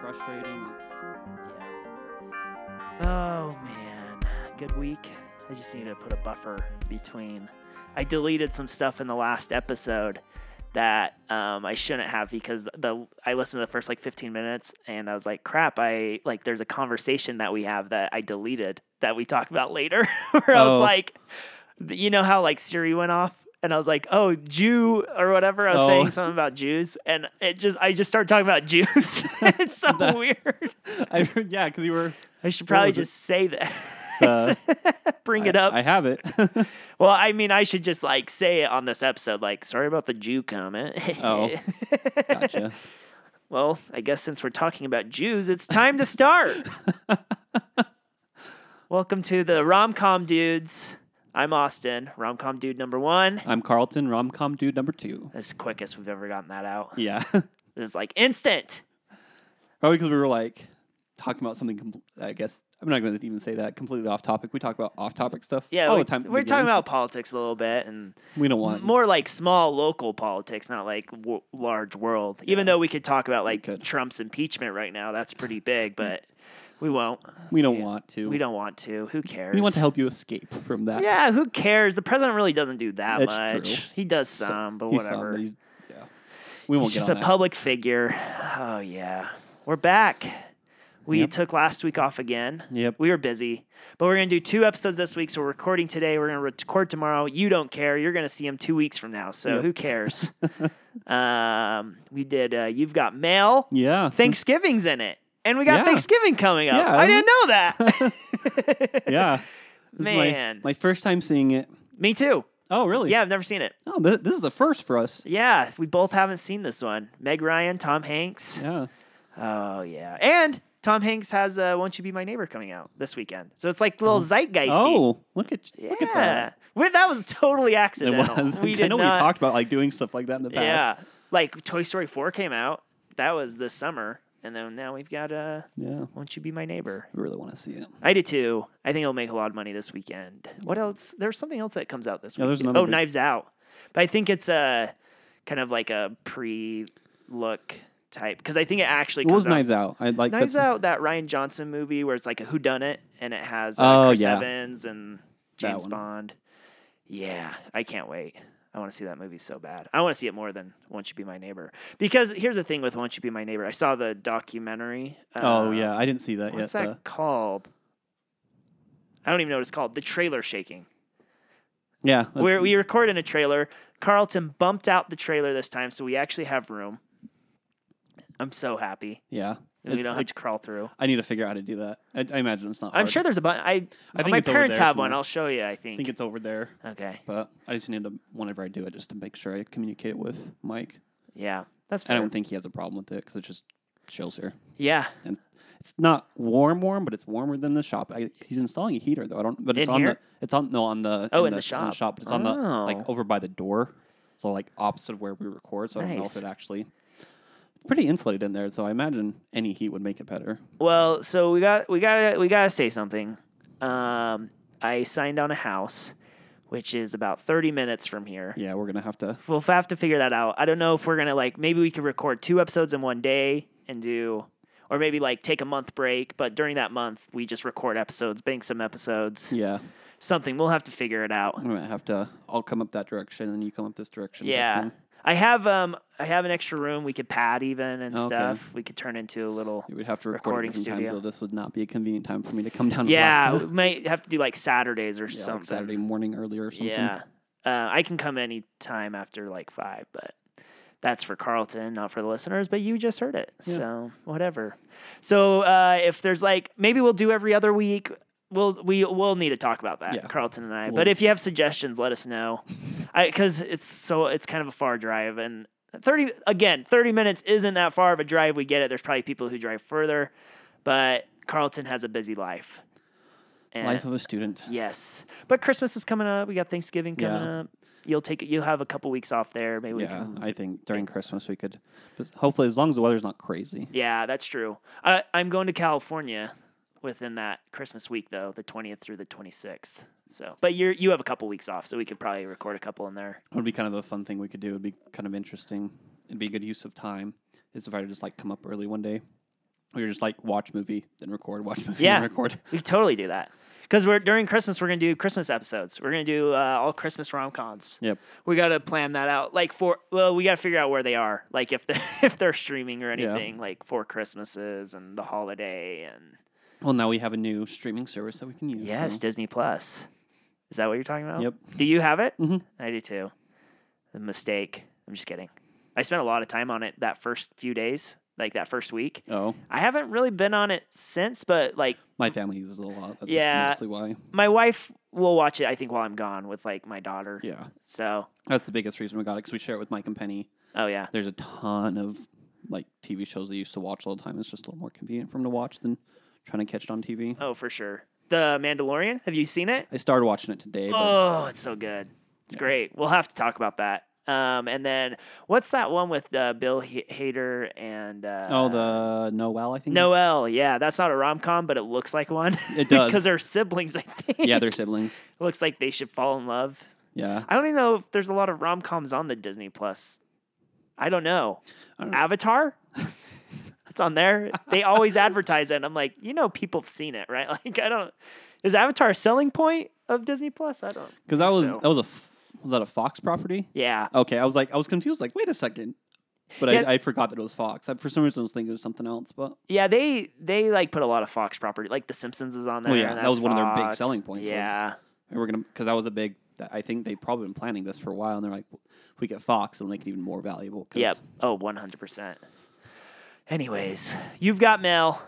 frustrating. It's Oh man, good week. I just need to put a buffer between. I deleted some stuff in the last episode that um, I shouldn't have because the I listened to the first like 15 minutes and I was like, crap. I like there's a conversation that we have that I deleted that we talk about later. where I Oh. was like, you know how like Siri went off. And I was like, "Oh, Jew or whatever." I was Oh. saying something about Jews, and it just—I just started talking about Jews. it's so That- weird. I, yeah, because you were I should What probably was it? Uh, just say that. Bring I- it up. I have it. well, I mean, I should just like say it on this episode. Like, sorry about the Jew comment. Oh. gotcha. well, I guess since we're talking about Jews, it's time to start. Welcome to the Rom Com Dudes. I'm Austin, Rom Com Dude number one. I'm Carlton, rom com dude number two. That's the quickest we've ever gotten that out. Yeah, It was like instant. probably because we were like talking about something. Com- I guess I'm not going to even say that completely off topic. We talk about off topic stuff Yeah, all we, the Oh, time. at the we're talking beginning. about politics a little bit and we don't want Uh, more like small local politics, not like w- large world. Even though we could talk about like could. Trump's impeachment right now, that's pretty big, but we won't. we don't yeah, want to. We don't want to. Who cares? We want to help you escape from that. Yeah, who cares? The president really doesn't do that That's much. true. He does So- some, but He's some, whatever. but he's- yeah. We won't get He's just on a that. public figure. Oh yeah, we're back. We Yep. took last week off again. Yep. We were busy, but we're gonna do two episodes this week. So we're recording today. We're gonna record tomorrow. You don't care. You're gonna see them two weeks from now. So Yep. who cares? um, we did. Uh, You've got mail. yeah. Thanksgiving's in it, and we got Yeah. Thanksgiving coming up. Yeah, I and- didn't know that. yeah. This is my- Man. my, first time seeing it. Me too. Oh, really? Yeah, I've never seen it. Oh, th- this is the first for us. Yeah, we both haven't seen this one. Meg Ryan, Tom Hanks. Yeah. Oh yeah, and Tom Hanks has uh, "Won't You Be My Neighbor" coming out this weekend, so it's like little zeitgeisty. Oh, look at yeah, look at that. Well, that was totally It accidental. was. We I did know not. we talked about like doing stuff like that in the past. yeah, like Toy Story Four came out. That was this summer, and then now we've got uh, Yeah. "Won't You Be My Neighbor." I really want to see it. I do too. I think it'll make a lot of money this weekend. What else? There's something else that comes out this Yeah, weekend. there's another oh, big- Knives Out. But I think it's a kind of like a pre-look type because I think it actually What comes was out Knives Out? I like Knives that's- Out, that Ryan Johnson movie where it's like a Who Done It, and it has uh, Oh, Chris yeah. Evans and That James one. Bond. Yeah, I can't wait. I want to see that movie so bad. I want to see it more than Won't You Be My Neighbor. Because here's the thing with Won't You Be My Neighbor. I saw the documentary. Oh uh, yeah, I didn't see that What's yet. that though. called? I don't even know what it's called. The trailer shaking. yeah. that- Where we record in a trailer. Carlton bumped out the trailer this time, so we actually have room. I'm so happy. yeah. that We It's don't have like- to crawl through. I need to figure out how to do that. I, I imagine it's not. I'm hard. sure there's a button. I, I think my it's over parents there have one. somewhere. I'll show you. I think. I think it's over there, okay. but I just need to whenever I do it, just to make sure I communicate it with Mike. Yeah, that's I fair. don't think he has a problem with it because it just chills here. yeah, and it's not warm, warm, but it's warmer than the shop. I, he's installing a heater though. I don't, but it's In on here? the, it's on no on the Oh, in the shop. shop. It's on the Oh. like over by the door, so like opposite of where we record. So I don't know Nice. if it actually it's pretty insulated in there. So I imagine any heat would make it better. Well, so we got we got we got to say something. Um, I signed on a house, which is about 30 minutes from here. Yeah, we're gonna have to. We'll have to figure that out. I don't know if we're gonna like maybe we could record two episodes in one day and do, or maybe like take a month break. But during that month, we just record episodes, bank some episodes, Yeah, something. We'll have to figure it out. I'm gonna have to. I'll come up that direction, and you come up this direction. type Yeah. thing. I have um I have an extra room we could pad even and Okay. stuff. We could turn into a little You would have to record Recording at different studio. times, though. This would not be a convenient time for me to come down. and Yeah, like, we might have to do like Saturdays or yeah, something. like Saturday morning earlier or something. Yeah. Uh, I can come any time after like 5, but that's for Carlton, not for the listeners, but you just heard it. Yeah. So, whatever. So, uh, if there's like maybe we'll do every other week. We'll we will need to talk about that, Yeah. Carlton and I. but We'll- if you have suggestions, let us know. I cuz it's so it's kind of a far drive and 30 again, 30 minutes isn't that far of a drive. We get it. There's probably people who drive further, but Carlton has a busy life. And Life of a student. Yes, but Christmas is coming up. We got Thanksgiving coming Yeah. up. You'll take you'll have a couple weeks off there. Maybe we Yeah, can. I think during Christmas we could. But hopefully, as long as the weather's not crazy. Yeah, that's true. I, I'm going to California within that Christmas week though, the 20th through the 26th. So, but you're you have a couple weeks off, so we could probably record a couple in there. It would be kind of a fun thing we could do. It'd be kind of interesting. It'd be a good use of time. Is if I were to just like come up early one day We were just like watch movie, then record, watch movie, Yeah. then record. We could totally do that because we're during Christmas. We're gonna do Christmas episodes. We're gonna do uh, all Christmas rom coms. Yep. We gotta plan that out. Like for well, we gotta figure out where they are. Like if they if they're streaming or Yeah. anything. Like for Christmases and the holiday and Well, now we have a new streaming service that we can use. yes, so- Disney Plus. Is that what you're talking about? Yep. Do you have it? Mhm. I do too. A mistake. I'm just kidding. I spent a lot of time on it that first few days, like that first week. Oh, I haven't really been on it since, but like my family uses it a lot. That's Yeah. mostly why. my wife will watch it. I think while I'm gone with like my daughter. Yeah, So, that's the biggest reason we got it because we share it with Mike and Penny. oh yeah, There's a ton of like TV shows they used to watch all the time. It's just a little more convenient for them to watch than trying to catch it on TV. oh for sure. The Mandalorian. Have you seen it? I started watching it today, but Oh, it's so good. It's Yeah. great. We'll have to talk about that. Um, and then what's that one with uh, Bill H- Hader and uh, oh, the Noel, I think. Noel? Yeah, that's not a rom com, but it looks like one. It does. because they're siblings. I think. yeah, they're siblings. looks like they should fall in love. Yeah, I don't even know if there's a lot of rom coms on the Disney Plus. I don't know. I don't know. Avatar? it's on there. They always advertise it. And I'm like, you know, people have seen it, right? Like, I don't. Is Avatar a selling point of Disney Plus? I don't. because that was So- that was a f- was that a Fox property? Yeah. Okay, I was like, I was confused. Like, wait a second, but Yeah. I, I forgot that it was Fox. I, for some reason, I was thinking it was something else. But Yeah. They, they like put a lot of Fox property. Like, The Simpsons is on there. Well, Oh, yeah, and that that's was one of their big Fox. selling points was- Yeah. and we're gonna because that was a big. I think they probably been planning this for a while, and they're like, if we get Fox, it'll make it even more valuable. 'cause- Yep. Oh, 100%. Anyways, you've got mail.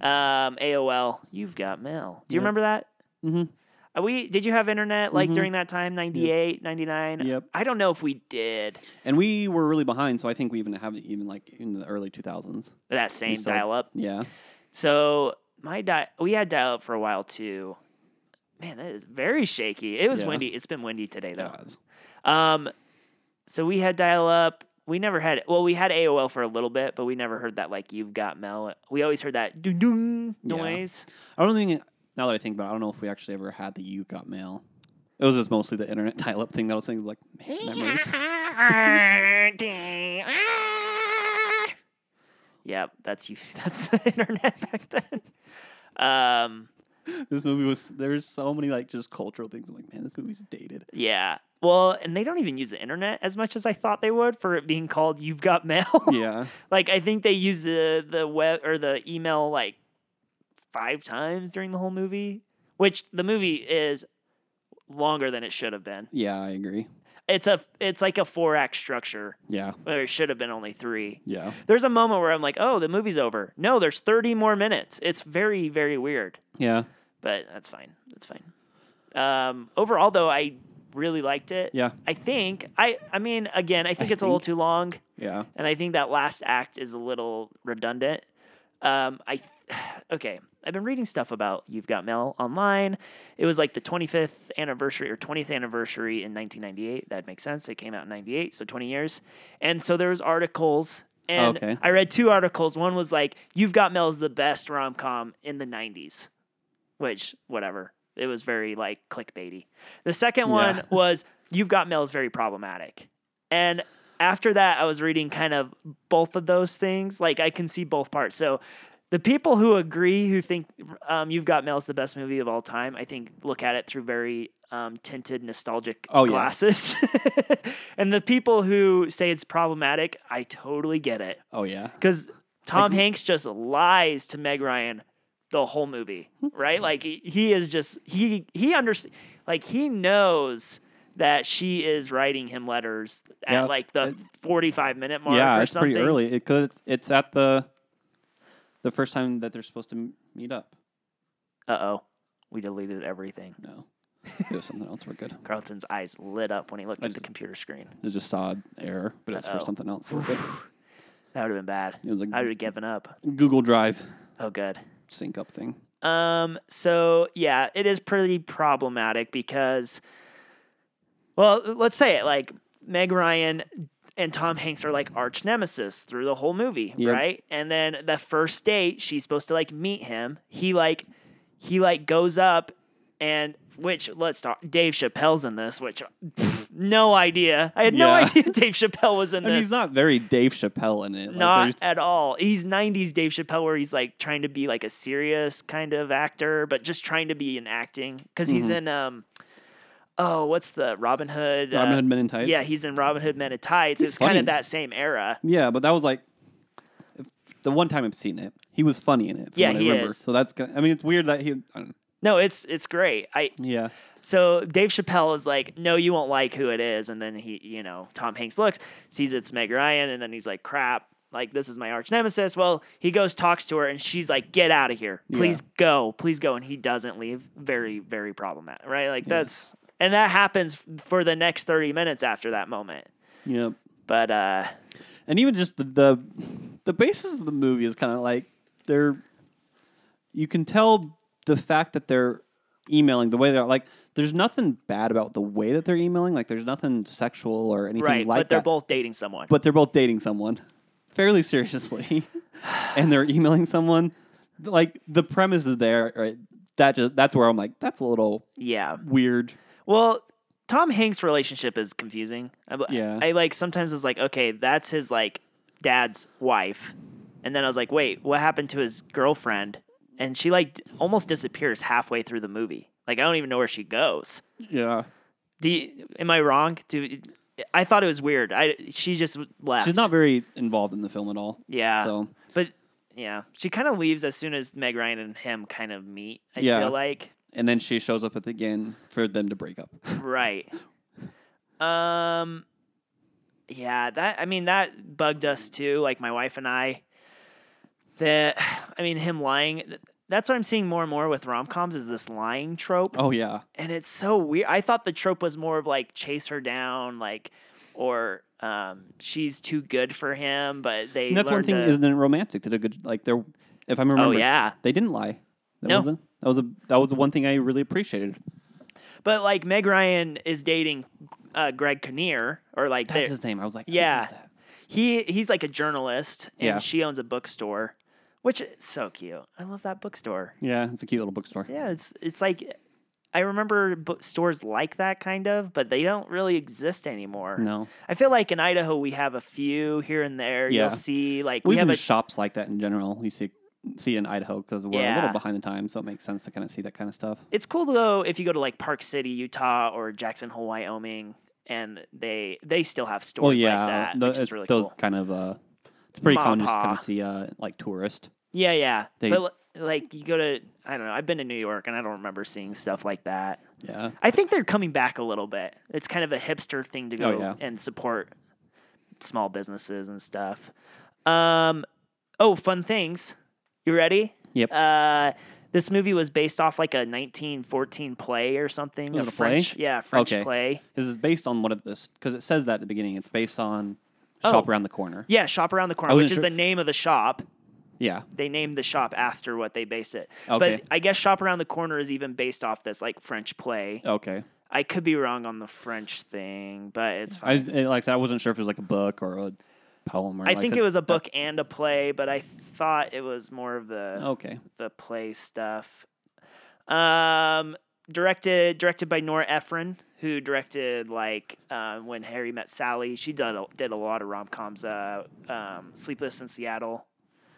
Um, AOL, you've got mail. Do you Yep. remember that? Mhm. Are we did you have internet like Mhm. during that time 98, 99? Yep. I don't know if we did And we were really behind, so I think we even have it even like in the early two thousands. that same still- dial up. Yeah, So, my di- we had dial up for a while too. Man, that is very shaky. It was Yeah. windy. It's been windy today though. it was. Um, so we had dial up. We never had well, we had AOL for a little bit, but we never heard that like you've got mail. We always heard that doo doo Yeah. noise. I don't think now that I think about, it, I don't know if we actually ever had the you got mail. It was just mostly the internet dial up thing. That was things like man, memories. yep, that's you. That's the internet back then. Um, this movie was there's so many like just cultural things. I'm like, man, this movie's dated. yeah. Well, and they don't even use the internet as much as I thought they would for it being called "You've Got Mail." Yeah, like I think they use the the web or the email like five times during the whole movie, which the movie is longer than it should have been. yeah, I agree. It's a it's like a four act structure Yeah, where it should have been only three. yeah, There's a moment where I'm like, oh, the movie's over. No, there's 30 more minutes. It's very very weird, yeah, but that's fine. That's fine. Um, overall though, I really liked it. yeah, I think I I mean again, I think I it's a little think- too long. yeah. and I think that last act is a little redundant. Um, I okay, I've been reading stuff about You've Got Mail online. It was like the 25th anniversary or 20th anniversary in 1998. That makes sense. It came out in 98, so 20 years. And so there was articles. And Okay. I read two articles. One was like, "You've Got Mail is the best rom com in the '90s," which whatever. It was very like clickbaity. The second Yeah. one was You've Got Mail is very problematic. And after that, I was reading kind of both of those things. Like I can see both parts. So the people who agree, who think um, You've Got Mail is the best movie of all time, I think look at it through very um, tinted, nostalgic Oh, yeah. glasses. and the people who say it's problematic, I totally get it. Oh yeah, Because Tom Like- Hanks just lies to Meg Ryan the whole movie, right? like he- he is just he he understands, like he knows that she is writing him letters at Yeah, like the it- forty five minute mark. yeah. or It's something. pretty early because it's, it's at the the first time that they're supposed to m- meet up. Uh oh, we deleted everything. No, it was something else. We're good. Carlton's eyes lit up when he looked I at the just- computer screen. I just saw an error, but it's for Uh-oh. something else. We're good. That would have been bad. It was I would a have given up. Google Drive Oh, good. sync up thing. Um, so yeah, it is pretty problematic because well, let's say it like Meg Ryan and Tom Hanks are like arch nemesis through the whole movie, Yep. right? And then the first date, she's supposed to like meet him. He like he like goes up and which let's talk Dave Chappelle's in this, which pff, no idea. I had no Yeah. idea Dave Chappelle was in And this. he's not very Dave Chappelle in it. Like, Not there's- at all. He's 90s Dave Chappelle, where he's like trying to be like a serious kind of actor, but just trying to be in acting. Because he's Mhm. in, um, oh, what's the Robin Hood? Robin uh, Hood Men in Tights. Yeah, he's in Robin Hood Men in Tights. He's It's kind funny. of that same era. Yeah, but that was like the one time I've seen it. He was funny in it. From Yeah, what he I remember. is. So that's. Gonna, I mean, it's weird that he. I don't know. No, it's it's great. I Yeah. so Dave Chappelle is like, no, you won't like who it is, and then he, you know, Tom Hanks looks, sees it's Meg Ryan, and then he's like, crap, like this is my arch nemesis. Well, he goes talks to her, and she's like, get out of here, Yeah. please go, please go, and he doesn't leave. Very very problematic, right? Like Yeah. that's and that happens f- for the next thirty minutes after that moment. Yeah. But uh, and even just the the, the basis of the movie is kind of like they're you can tell the fact that they're emailing the way they're like there's nothing bad about the way that they're emailing like there's nothing sexual or anything right, like but they're that both dating someone. but they're both dating someone fairly seriously and they're emailing someone like the premise is there right that just that's where i'm like that's a little yeah, weird Well, Tom Hanks' relationship is confusing. I, Yeah. I like sometimes it's like, okay, that's his like dad's wife. And then I was like, wait, what happened to his girlfriend? And she like d- almost disappears halfway through the movie. Like I don't even know where she goes. yeah Do you, am I wrong? Do I thought it was weird. I she just left. she's not very involved in the film at all Yeah. so But yeah, she kind of leaves as soon as Meg Ryan and him kind of meet. I Yeah. feel like and then she shows up at the end for them to break up Right. Um yeah, that I mean that bugged us too, like my wife and I. That I mean him lying th- that's what I'm seeing more and more with rom-coms is this lying trope. oh yeah And it's so weird. I thought the trope was more of like chase her down like or um she's too good for him, but they And that's one learned thing to- isn't it romantic did a good like they're if I'm remembering Oh yeah. they didn't lie. That No. was a, that was a that was the one thing I really appreciated. But like Meg Ryan is dating uh, Greg Kinnear or like That's they're- his name. I was like, who is Yeah. that? He he's like a journalist, and Yeah. she owns a bookstore, which is so cute. I love that bookstore. Yeah, it's a cute little bookstore. Yeah, it's it's like I remember book stores like that kind of, but they don't really exist anymore. No, I feel like in Idaho we have a few here and there. Yeah. You'll see like we, we, have have a shops like that in general. You see see in Idaho because we're a Yeah. little behind the times, so it makes sense to kind of see that kind of stuff. It's cool though if you go to like Park City, Utah, or Jackson Hole, Wyoming, and they they still have stores well, yeah, like that, tho- which is it's really those cool. kind of uh, it's pretty Ma common just pa. to kind of see uh like tourist. Yeah, yeah. They- but li- like you go to I don't know. I've been to New York and I don't remember seeing stuff like that. Yeah, I think they're coming back a little bit. It's kind of a hipster thing to go Oh, yeah. and support small businesses and stuff. Um, oh, fun things. You ready? Yep. Uh, this movie was based off like a 1914 play or something. It was a Oh, play? French, yeah, French Okay. play. because it's based on what it, this because it says that at the beginning. It's based on Oh. shop around the corner. Yeah, Shop Around the Corner, I which wasn't is sure- the name of the shop. Yeah, They named the shop after what they based it. Okay. But I guess Shop Around the Corner is even based off this like French play. okay. I could be wrong on the French thing, but it's I was- like I said, I wasn't sure if it was like a book or a poem. Or I like think said- it was a book and a play, but I thought it was more of the Okay. the play stuff. Um, directed directed by Nora Ephron, who directed like uh, when Harry met Sally. She did a, did a lot of rom coms. Uh, um, Sleepless in Seattle.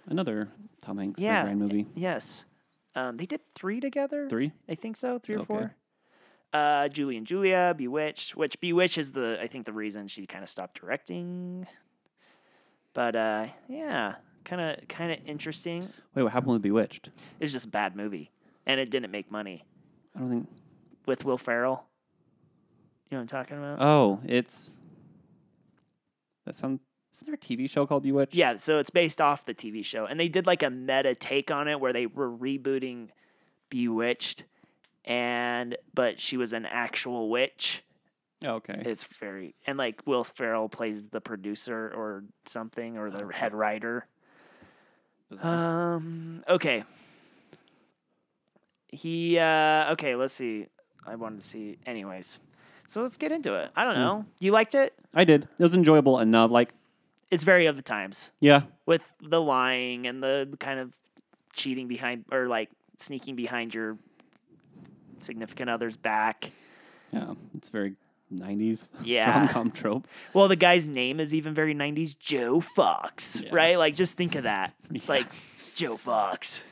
Another Tom Hanks Yeah. yeah. movie. Yes, um, they did three together. Three? I think so, three or Okay. four. Uh, Julie and Julia, Bewitched, which Bewitched is the I think the reason she kind of stopped directing. But uh, yeah, kind of kind of interesting. Wait, what happened with Bewitched? It was just a bad movie, and it didn't make money I don't think. with Will Ferrell. You know what I'm talking about? Oh, it's. That sounds. Isn't there a TV show called Bewitched? yeah, so it's based off the TV show, and they did like a meta take on it where they were rebooting Bewitched, and but she was an actual witch. Oh, Okay. It's very and like Will Ferrell plays the producer or something or the head writer. Um. Okay. He. uh Okay. Let's see. I wanted to see. Anyways, so let's get into it. I don't Hmm. know. You liked it? I did. It was enjoyable enough. Like, It's very of the times yeah, with the lying and the kind of cheating behind or like sneaking behind your significant other's back. yeah. It's very '90s Yeah. rom com trope. Well, the guy's name is even very 90s Joe Fox, Yeah. right? Like, just think of that. It's like, Joe Fox.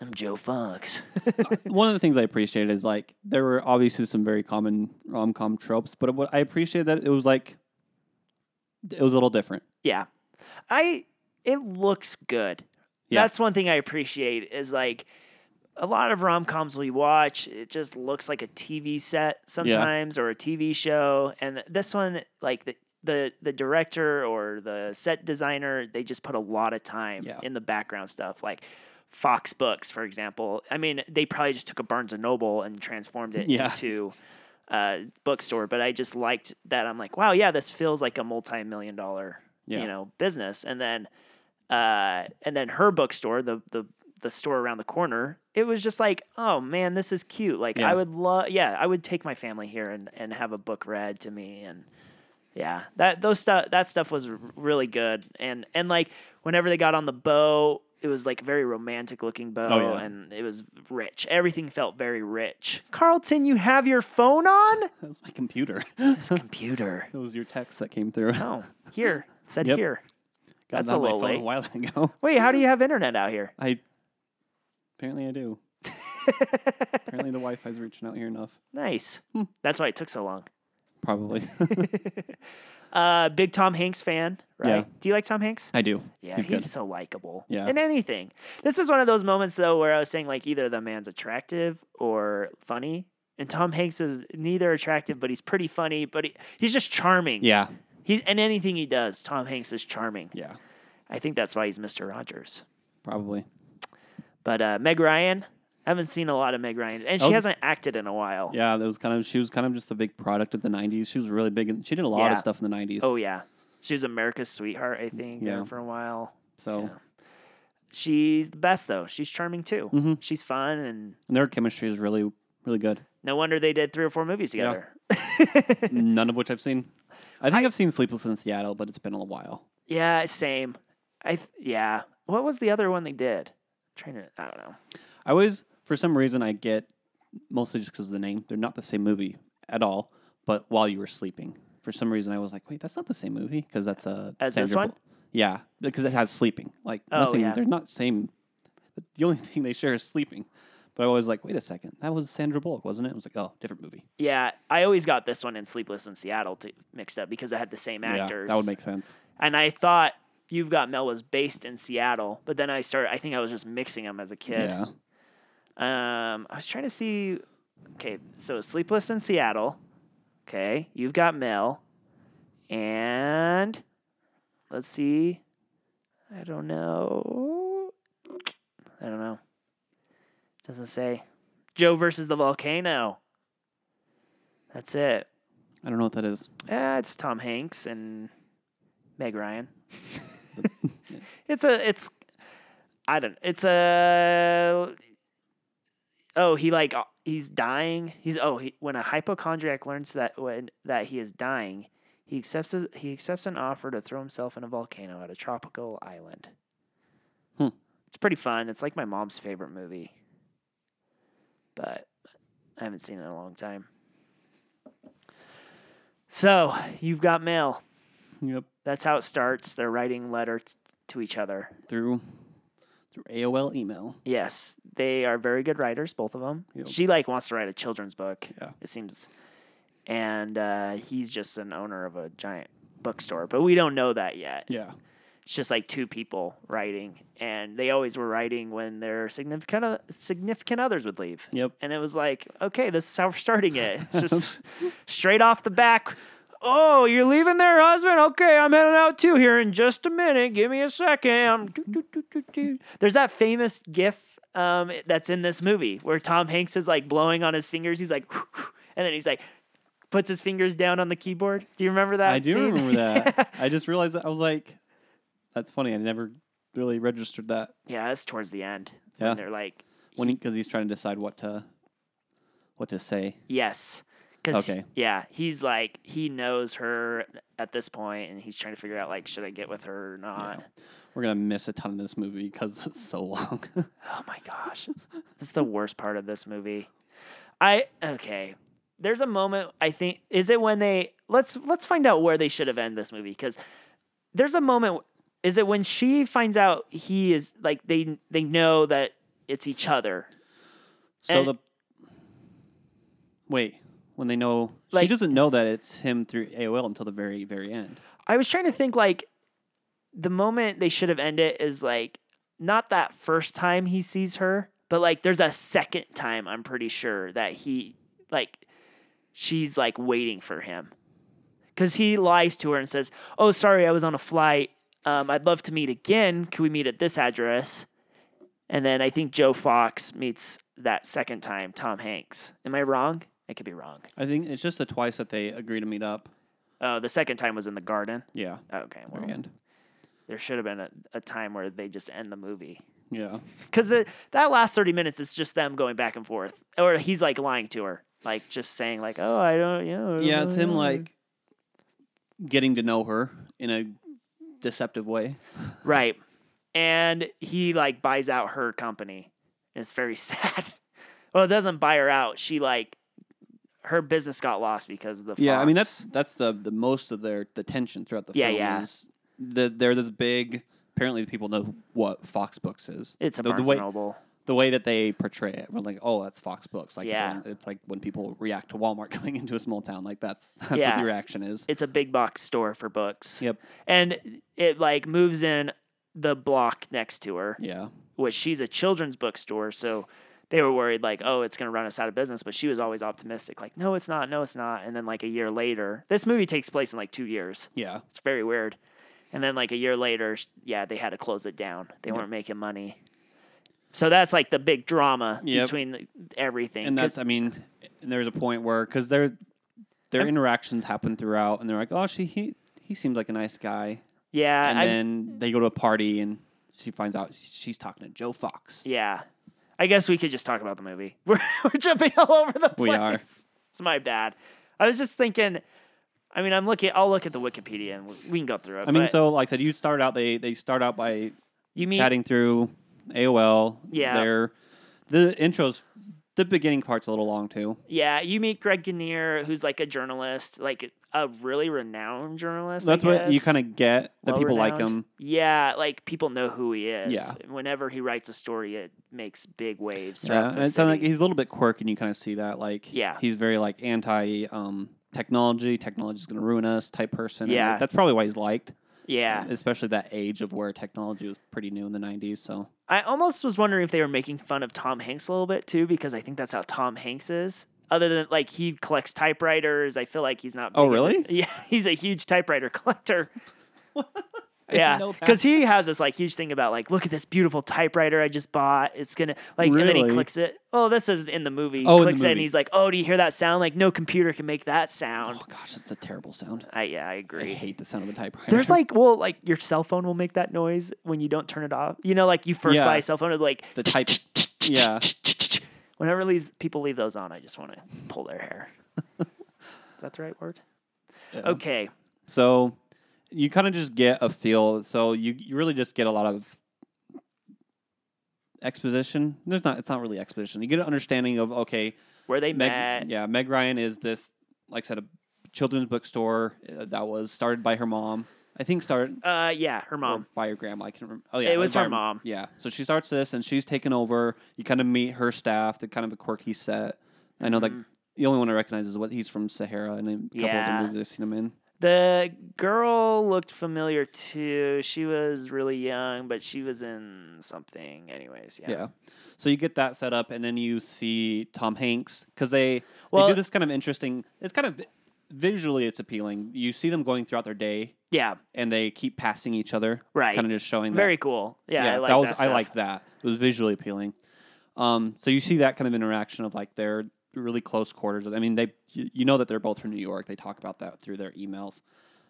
I'm Joe Fox. One of the things I appreciated is like there were obviously some very common rom com tropes, but what I appreciated that it was like it was a little different. yeah. I, it looks good. Yeah. That's one thing I appreciate is like a lot of rom coms we watch, it just looks like a TV set sometimes or a TV show. And this one, like, the, the, the director or the set designer, they just put a lot of time Yeah. in the background stuff. Like, Fox Books, for example. I mean, they probably just took a Barnes and Noble and transformed it Yeah. into a bookstore. But I just liked that. I'm like, wow, yeah, this feels like a multi-million dollar, Yeah. you know, business. And then, uh, and then her bookstore, the the the store around the corner, it was just like, oh man, this is cute. Like Yeah. I would love, yeah, I would take my family here and and have a book read to me and. Yeah, that those stuff that stuff was r- really good, and and like whenever they got on the bow, it was like very romantic looking bow, Oh, yeah. and it was rich. Everything felt very rich. Carlton, you have your phone on? That was my computer. This computer. That was your text that came through. Got Oh, here it said Yep. here. that's that a on my little phone late. a while ago. Wait, how do you have internet out here? I apparently I do. apparently the Wi-Fi's reaching out here enough. Nice. That's why it took so long. Probably. Uh, big Tom Hanks fan, right? Yeah. Do you like Tom Hanks? I do. Yeah, he's, he's, good. so likable. Yeah. In anything. This is one of those moments though where I was saying like either the man's attractive or funny. And Tom Hanks is neither attractive, but he's pretty funny, but he, he's just charming. Yeah. He and anything he does, Tom Hanks is charming. Yeah. I think that's why he's Mr. Rogers. Probably. But uh, Meg Ryan, I haven't seen a lot of Meg Ryan. And she Oh. hasn't acted in a while. Yeah, that was kind of she was kind of just a big product of the '90s. She was really big. In, she did a lot Yeah. of stuff in the '90s. Oh yeah. She was America's sweetheart, I think, there Yeah. for a while. so yeah. She's the best though. She's charming too. Mhm. She's fun and and their chemistry is really, really good. No wonder they did three or four movies Yeah. together. None of which I've seen. I think I, have seen Sleepless in Seattle, but it's been a little while. Yeah, same. I th- yeah. What was the other one they did? trying to I don't know. I always, for some reason, I get mostly just because of the name. They're not the same movie at all. But while you were sleeping, for some reason, I was like, wait, that's not the same movie because that's a As this one? Bull- Yeah, because it has sleeping. Like Oh, nothing. yeah. They're not same. The only thing they share is sleeping. But I was like, wait a second, that was Sandra Bullock, wasn't it? I was like, oh, different movie. Yeah, I always got this one in Sleepless in Seattle to, mixed up because I had the same actors. Yeah, that would make sense. and I thought You've Got Mel was based in Seattle, but then I started. I think I was just mixing them as a kid. Yeah, Um, I was trying to see. Okay, so Sleepless in Seattle. Okay, you've got Mel, and let's see. I don't know. I don't know. Doesn't say. Joe versus the volcano. That's it. I don't know what that is. Uh, it's Tom Hanks and Meg Ryan. it's a it's I don't it's a oh he like uh, he's dying he's oh he, when a hypochondriac learns that when that he is dying he accepts a, he accepts an offer to throw himself in a volcano at a tropical island. Hmm. It's pretty fun. It's like my mom's favorite movie, but I haven't seen it in a long time. So you've got mail. Yep, That's how it starts. They're writing letters to each other. through through AOL email. Yes, they are very good writers, both of them. Yep. She like wants to write a children's book. Yeah. it seems, and uh, he's just an owner of a giant bookstore, but we don't know that yet. Yeah, It's just like two people writing, and they always were writing when their significant o- significant others would leave. yep. And it was like, okay, this is how we're starting it. It's just straight off the back. Oh, you're leaving there, husband? Okay, I'm heading out too here in just a minute. Give me a second. I'm doo, doo, doo, doo, doo. There's that famous gif um, that's in this movie where Tom Hanks is like blowing on his fingers. He's like, and then he's like, puts his fingers down on the keyboard. Do you remember that? I do scene? remember that. I just realized that I was like, that's funny. I never really registered that yeah, that's towards the end. Yeah. When they're like, when because he's trying to decide what to what to say. Yes. Cause Okay. Yeah, he's like he knows her at this point, and he's trying to figure out like should I get with her or not. We're gonna miss a ton of this movie because it's so long. Oh my gosh, this is the worst part of this movie. I okay. there's a moment I think is it when they let's let's find out where they should have ended this movie because there's a moment is it when she finds out he is like they they know that it's each other So And- the wait when they know she Like- doesn't know that it's him through AOL until the very very end. I was trying to think like the moment they should have ended is like not that first time he sees her, but like there's a second time I'm pretty sure that he like she's like waiting for him. Cause he lies to her and says, Oh, sorry, I was on a flight. Um, I'd love to meet again. Can we meet at this address? And then I think Joe Fox meets that second time Tom Hanks. Am I wrong? I could be wrong. I think it's just the twice that they agree to meet up. Oh, the second time was in the garden. Yeah, Okay. Well, very end. there should have been a, a time where they just end the movie Yeah, because that last 30 minutes is just them going back and forth or he's like lying to her like just saying like oh i don't you know I yeah, don't it's him know." like getting to know her in a deceptive way. right and he like buys out her company it's very sad well it doesn't buy her out she like her business got lost because of the Yeah, I mean Fox. that's that's the the most of their the tension throughout the Yeah, film yeah. is that they're this big. Apparently, people know what Fox Books is. it's a the, Barnes the way Noble. the way that they portray it. We're like, oh, that's Fox Books. Like, Yeah. everyone- it's like when people react to Walmart coming into a small town. Like that's that's Yeah. what the reaction is. It's a big box store for books. Yep. And it like moves in the block next to her. Yeah. was she's a children's bookstore, so they were worried like, oh, it's gonna run us out of business. But she was always optimistic, like, no, it's not, no, it's not. And then like a year later, this movie takes place in like two years. Yeah. It's very weird. And then like a year later, sh- yeah, they had to close it down. They Yep. weren't making money. So that's like the big drama Yep. between the, everything. And 'Cause- that's I mean, and there's a point where because their their I'm- interactions happen throughout, and they're like, oh, she he he seems like a nice guy, yeah, and I- then they go to a party and she finds out she's talking to Joe Fox. yeah. I guess we could just talk about the movie. We're, we're jumping all over the place. We are. It's my bad. I was just thinking. I mean, I'm looking. I'll look at the Wikipedia and we, we can go through it. I mean, but- so like I said, you start out they they start out by You mean chatting through AOL. Yeah. Their the intros, the beginning part's a little long too. yeah, you meet Greg Kinnear, who's like a journalist, like a really renowned journalist. That's what you kind of get that Well people like him. renowned. Yeah, like people know who he is. Yeah. Whenever he writes a story, it makes big waves. Yeah, throughout and the it's like city. he's a little bit quirky, and you kind of see that. Like, Yeah. he's very like anti um, technology. Technology's going to ruin us type person. and, like, Yeah. that's probably why he's liked. yeah. especially that age of where technology was pretty new in the '90s. So I almost was wondering if they were making fun of Tom Hanks a little bit too, because I think that's how Tom Hanks is. Other than like he collects typewriters, I feel like he's not. Oh, big into- really? Yeah, he's a huge typewriter collector. I didn't yeah, know that. because he has this like huge thing about like, look at this beautiful typewriter I just bought. It's gonna like, and then he Really? clicks it. Oh, this is in the movie. He Oh, in the clicks it, and movie. he's like, oh, do you hear that sound? Like, no computer can make that sound. oh gosh, that's a terrible sound. I yeah, I I agree. hate the sound of a typewriter. There's like, well, like your cell phone will make that noise when you don't turn it off. You know, like you first Yeah. buy a cell phone, it's like the type. yeah, whenever leaves people leave those on, I just want to pull their hair. is that the right word? Yeah. Okay. So you kind of just get a feel. So you, you really just get a lot of exposition. There's not. It's not really exposition. You get an understanding of okay, Where they Meg. met. Yeah, Meg Ryan is this, like I said, a children's bookstore uh, that was started by her mom. I think started Uh yeah, her or mom. by her grandma. I can remember. Oh yeah, It was by her mom. Yeah. So she starts this, and she's taken over. You kind of meet her staff. They're kind of a quirky set. I know that. The only one I recognize is what he's from Sahara and a couple Mm-hmm. Yeah. of the movies I've seen him in. The girl looked familiar too. She was really young, but she was in something. Anyways, yeah. Yeah. So you get that set up, and then you see Tom Hanks because they, Well- they do this kind of interesting. It's kind of vi- visually it's appealing. You see them going throughout their day, Yeah, and they keep passing each other. Right. Kind of just showing that. Very cool. Yeah, I like that was that I stuff. like that. It was visually appealing. Um, so you see that kind of interaction of like their really close quarters. I mean, they you you know that they're both from New York. They talk about that through their emails.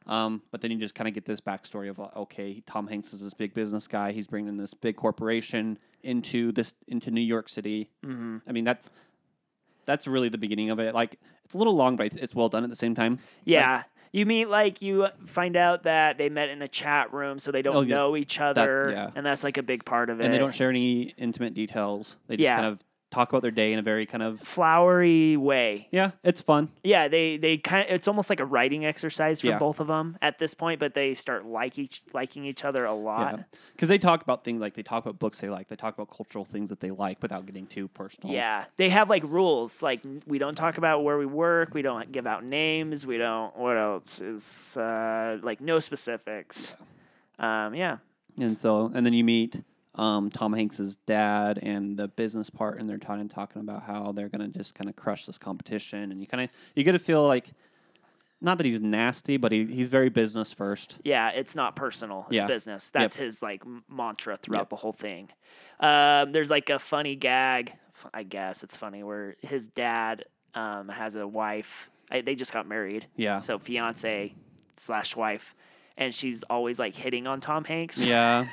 Um, but then you just kind of get this backstory of like, okay, Tom Hanks is this big business guy. He's bringing this big corporation into this into New York City. Mhm. I mean, that's that's really the beginning of it. Like it's a little long, but it's well done at the same time. Yeah. you meet like you find out that they met in a chat room, so they don't Oh, yeah. know each other, yeah. and that's like a big part of it. And they don't share any intimate details. They just Yeah. kind of talk about their day in a very kind of flowery way. yeah, it's fun. Yeah, they they kind of, it's almost like a writing exercise for Yeah. both of them at this point, but they start like each liking each other a lot. Yeah, because they talk about things like they talk about books they like, they talk about cultural things that they like without getting too personal. Yeah, they have like rules. Like n- we don't talk about where we work. We don't give out names. We don't. What else is uh, like no specifics? Um, yeah, and so and then you meet um, Tom Hanks's dad and the business part, and they're talking talking about how they're gonna just kind of crush this competition, and you kind of you get to feel like not that he's nasty, but he, he's very business first. yeah. It's not personal. It's Yeah. business. That's his like m- mantra throughout the whole thing. Um, there's like a funny gag. f- I guess it's funny where his dad um, has a wife. I, they just got married. Yeah. So fiance slash wife, and she's always like hitting on Tom Hanks. Yeah.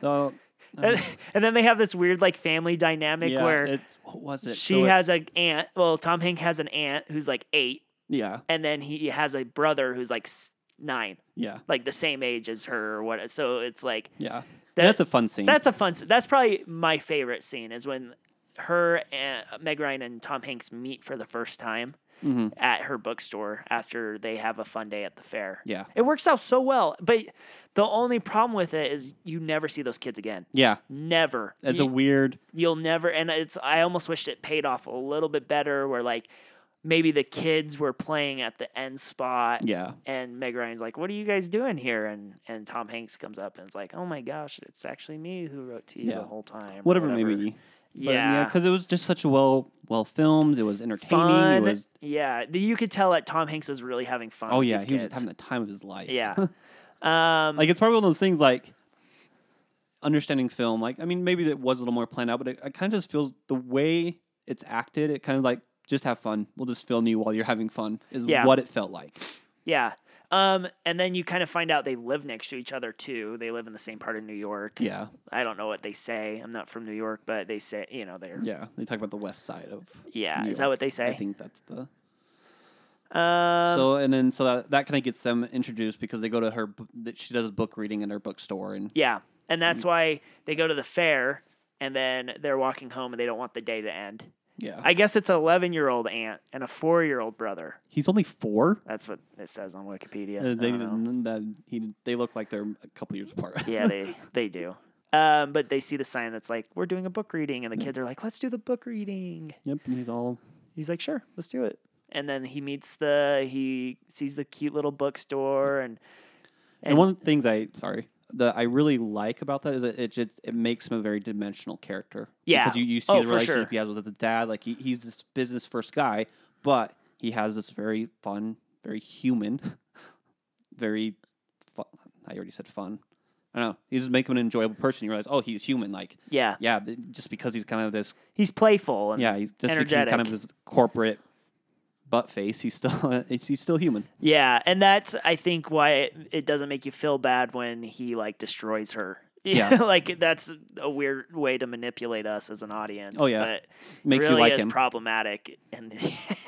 Though and, and then they have this weird like family dynamic yeah, where it's, what was it? she So has it's- an aunt. Well, Tom Hank has an aunt who's like eight, yeah, and then he has a brother who's like s- nine, yeah, like the same age as her or what. So it's like yeah. That- that's a fun scene. that's a fun. s- That's probably my favorite scene is when her and uh, Meg Ryan and Tom Hanks meet for the first time Mhm. at her bookstore after they have a fun day at the fair. yeah, It works out so well, but the only problem with it is you never see those kids again. yeah. Never. That's You- a weird. you'll never and it's i almost wished it paid off a little bit better where like maybe the kids were playing at the end spot Yeah, and meg ryan's like what are you guys doing here and and tom hanks comes up and is like oh my gosh it's actually me who wrote to you Yeah. the whole time or whatever, it may be. But, yeah, yeah because it was just such a well well filmed. It was entertaining. fun It was yeah the- you could tell that tom hanks was really having fun oh with yeah, these he was just kids. having the time of his life. yeah um like it's probably one of those things like understanding film. Like I mean, maybe that was a little more planned out, but it, it kind of just feels the way it's acted. It kind of like just have fun. We'll just film you while you're having fun. Is Yeah. what it felt like. yeah um and then you kind of find out they live next to each other too they live in the same part of new york Yeah, I don't know what they say. I'm not from New York, but they say, you know, they're yeah. yeah. They talk about the west side of. New is that York. what they I say? think that's the um, so and then so that, that kind of gets them introduced because they go to her b- that she does book reading in her bookstore and yeah, and that's Mm. why they go to the fair, and then they're walking home, and they don't want the day to end. yeah I guess it's an 11 year old aunt and a four year old brother. he's only four That's what it says on Wikipedia. Uh, I they don't know. didn't, that he they look like they're a couple years apart. yeah, they they do. Um, but they see the sign that's like, "We're doing a book reading," and the kids are like, "Let's do the book reading." yep. And he's all He's like, sure, let's do it. And then he meets the he sees the cute little bookstore and and, one of the things I sorry that I really like about that is that it just it makes him a very dimensional character. Yeah. Because you, you see Oh, the for sure. relationship he has with the dad. Like he, he's this business first guy, but he has this very fun, very human, very fun. I already said fun. I don't know. You just make him an enjoyable person. You realize, oh, he's human. Like, yeah, yeah, th- just because he's kind of this he's playful and yeah, Yeah, he's just because he's kind energetic. of this corporate butt face. He's still he's still human. and that's I think why it, it doesn't make you feel bad when he like destroys her. Yeah. like that's a weird way to manipulate us as an audience. Oh, yeah. but Makes really you like is him. problematic. And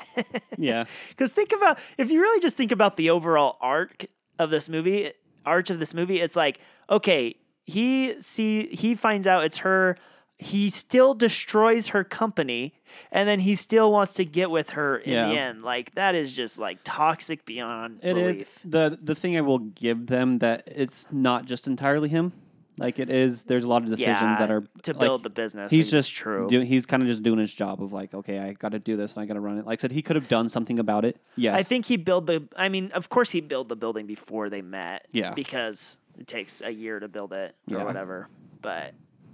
yeah, because think about if you really just think about the overall arc of this movie, arch of this movie, it's like okay, he see he finds out it's her. He still destroys her company, and then he still wants to get with her in the Yeah. end. Like that is just like toxic beyond it is belief. the the thing I will give them that it's not just entirely him. Like it is, there's a lot of decisions yeah, that are to like, build the business. He's and it's just true. Do, he's kind of just doing his job of like, okay, I got to do this and I got to run it. Like I said, he could have done something about it. Yes, I think he built the. I mean, of course, he built the building before they met. Yeah. Because it takes a year to build it or Yeah. whatever. But,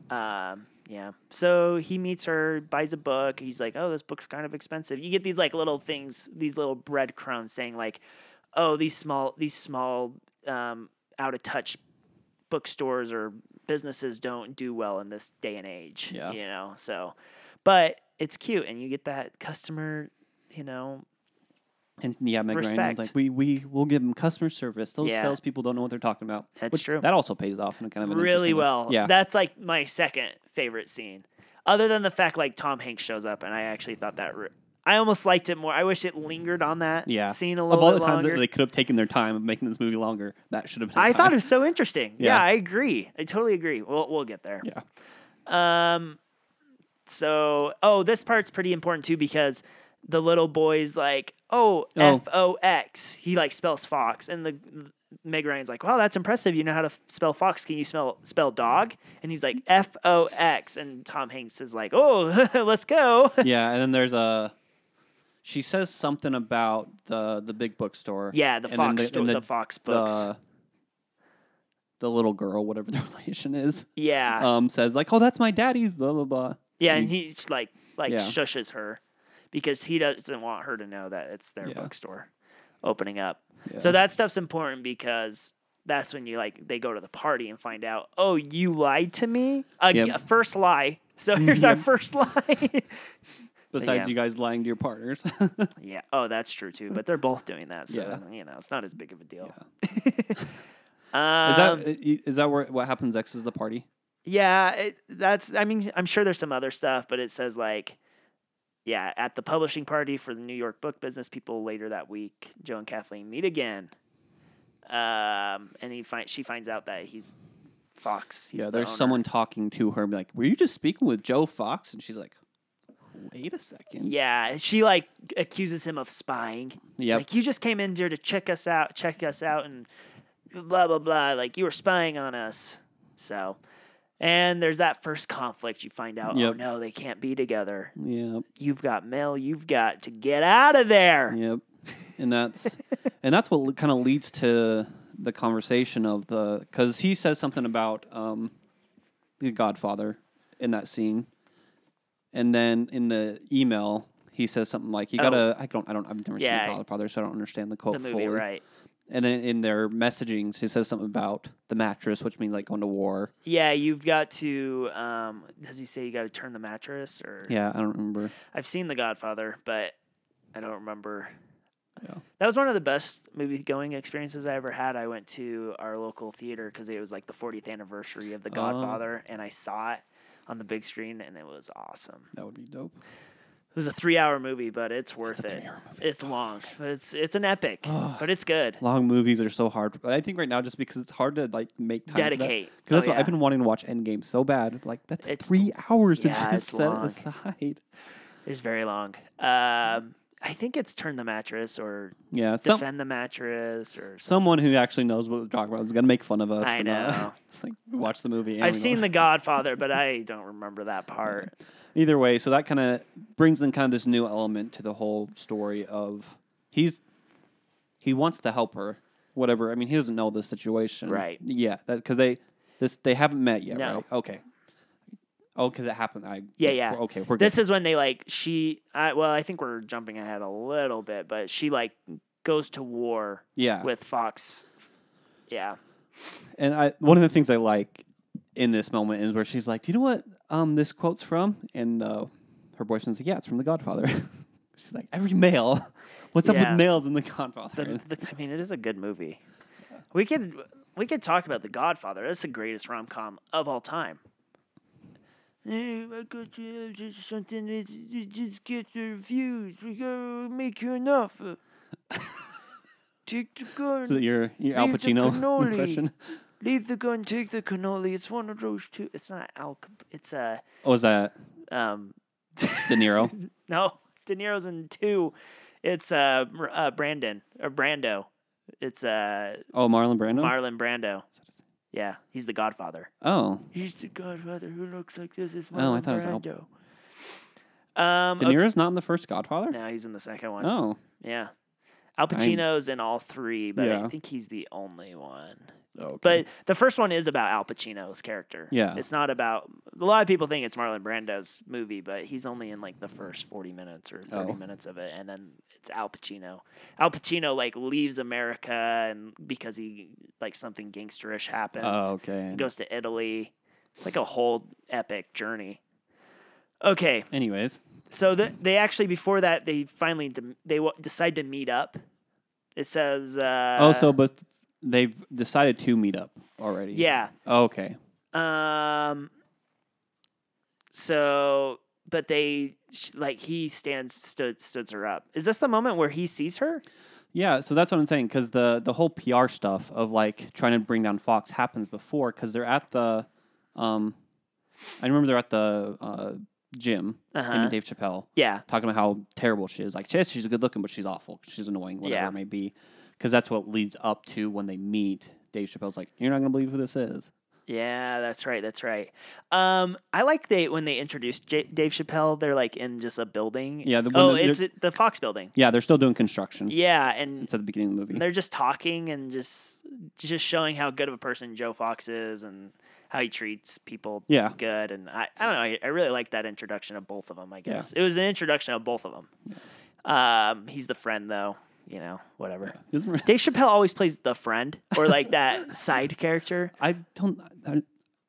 um, yeah. So he meets her, buys a book. He's like, "Oh, this book's kind of expensive." You get these like little things, these little breadcrumbs saying like, "Oh, these small, these small, um, out of touch bookstores or businesses don't do well in this day and age. Yeah. You know, so, but it's cute, and you get that customer. You know, and yeah, Meg Ryan Respect. was like, we we will give him customer service. Those Yeah. salespeople don't know what they're talking about. That's which true. That also pays off in a kind of an really interesting way. well. Yeah, That's like my second favorite scene. Other than the fact like Tom Hanks shows up and I actually thought that re- I almost liked it more. I wish it lingered on that yeah. scene a of little all bit the times longer. that they could have taken their time of making this movie longer, that should have been. the I time. thought it was so interesting. Yeah. Yeah. I agree. I totally agree. We'll we'll get there. Yeah. Um So, oh, this part's pretty important too because the little boy's like, oh, Oh. F O X. He like spells fox, and the Meg Ryan's like, wow, that's impressive. You know how to f- spell fox. Can you spell spell dog? And he's like, F O X. And Tom Hanks is like, oh, let's go. yeah, and then there's a. She says something about the the big bookstore. Yeah, the and then fox, sto- and the, fox books. The, the little girl, whatever the relation is, yeah, um, says like, "Oh, that's my daddy's." Blah blah blah. yeah, and he's like, like Yeah. shushes her because he doesn't want her to know that it's their Yeah. bookstore opening up. Yeah. So that stuff's important because that's when you like they go to the party and find out, oh, you lied to me. A Yep. Mm, first lie. So here's our Yep. first lie. Besides yeah. you guys lying to your partners. yeah. Oh, that's true too. But they're both doing that, so Yeah. you know it's not as big of a deal. Is um, that is that where what happens next is the party? Yeah, it, that's. I mean, I'm sure there's some other stuff, but it says like, yeah, at the publishing party for the New York book business people later that week, Joe and Kathleen meet again. Um, and he finds she finds out that he's Fox. he's yeah, the there's owner. someone talking to her. and be Like, were you just speaking with Joe Fox? And she's like, "Wait a second. Yeah, she like accuses him of spying. Yep. Like you just came in here to check us out, check us out, and blah blah blah. Like you were spying on us. So, and there's that first conflict. You find out, oh Yep. no, they can't be together. Yep. you've got mail you've got to get out of there Yep. And that's and that's what kind of leads to the conversation of the because he says something about um, the Godfather in that scene, and then in the email he says something like, "You Oh. gotta." I don't. I don't. I've never Yeah. seen the Godfather, so I don't understand the quote the movie fully. right And then in their messaging, she says something about the mattress, which means like going to war. yeah you've got to um does he say you got to turn the mattress or Yeah, I don't remember. i've seen the godfather but i don't remember Yeah. that was one of the best movie going experiences i ever had i went to our local theater because it was like the 40th anniversary of the Oh. godfather and i saw it on the big screen and it was awesome That would be dope. it was a three hour movie but it's worth a it three-hour movie. it's long but it's it's an epic Ugh. but it's good Long movies are so hard. I think right now just because it's hard to like make time. Dedicate. Because that's Oh, what yeah. I've been wanting to watch Endgame so bad. Like that's It's- three hours to yeah, just it's set long. it aside. It's very long. Um, I think it's turn the mattress or Yeah, some, defend the mattress or. Something. someone who actually knows what we're talking about is gonna make fun of us. I for not- know. it's like we watch the movie. and I've we go- seen The Godfather, but I don't remember that part. Either way, so that kind of brings in kind of this new element to the whole story of he's he wants to help her, whatever. I mean, he doesn't know the situation, Right. Yeah, because they this they haven't met yet, No. right? Okay. Oh, because it happened. I Yeah, yeah. we're- Okay, we're This good. is when they like she. I, well, I think we're jumping ahead a little bit, but she like goes to war yeah. with Fox. Yeah, and I one of the things I like in this moment is where she's like, "Do you know what um this quote's from?" And uh, her boyfriend's like, "Yeah, it's from The Godfather." she's like, "Every male, what's up Yeah. with males in The Godfather?" the, the- I mean it is a good movie. We could we could talk about The Godfather. That's the greatest rom com of all time. Hey, I got you just something that you just get the reviews. We gotta make you an offer. take the gun, Is it your your Al Leave the Pacino cannoli. impression? leave the gun, take the cannoli. It's one of those two. It's not Al. Cap- It's a Oh, is that um. De Niro? no, De Niro's in two. It's uh, Br- uh Brandon or Brando. It's uh Oh, Marlon Brando. Marlon Brando. Yeah, he's the Godfather. oh, He's the Godfather who looks like this. Is Oh, I Marlon thought it was Al- Um, De okay- Niro's not in the first Godfather. no, he's in the second one. Oh, Yeah, Al Pacino's in all three, but I Yeah. think he's the only one. okay. But the first one is about Al Pacino's character. Yeah. it's not about. A lot of people think it's Marlon Brando's movie, but he's only in like the first forty minutes or thirty Oh. minutes of it, and then it's Al Pacino. Al Pacino like leaves America and because he like something gangsterish happens. oh, okay. goes to Italy. It's like a whole epic journey. Okay, Anyways, so the, they actually before that they finally dem- they w- decide to meet up. It says uh, oh, so but they've decided to meet up already. Oh, yeah. Okay. Um, so but they sh- like he stands stood stoods her up. Is this the moment where he sees her? Yeah, so that's what I'm saying because the the whole PR stuff of like trying to bring down Fox happens before because they're at the, um, I remember they're at the uh, Jim, him Uh-huh. and Dave Chappelle, Yeah. talking about how terrible she is. Like, yes, she's good looking, but she's awful. She's annoying, whatever Yeah. it may be. Because that's what leads up to when they meet. Dave Chappelle's like, you're not going to believe who this is. Yeah, that's right. That's right. Um, I like they when they introduced J- Dave Chappelle. They're like in just a building. Yeah, the one oh, that they're- it's at the Fox Building. Yeah, they're still doing construction. Yeah, and It's at the beginning of the movie. they're just talking and just just showing how good of a person Joe Fox is and how he treats people Yeah. good. And I, I don't know. I, I really like that introduction of both of them. I Yeah. guess it was an introduction of both of them. Um, he's the friend though. You know, whatever. Isn't it- Dave Chappelle always plays the friend or like that side character. I don't. I,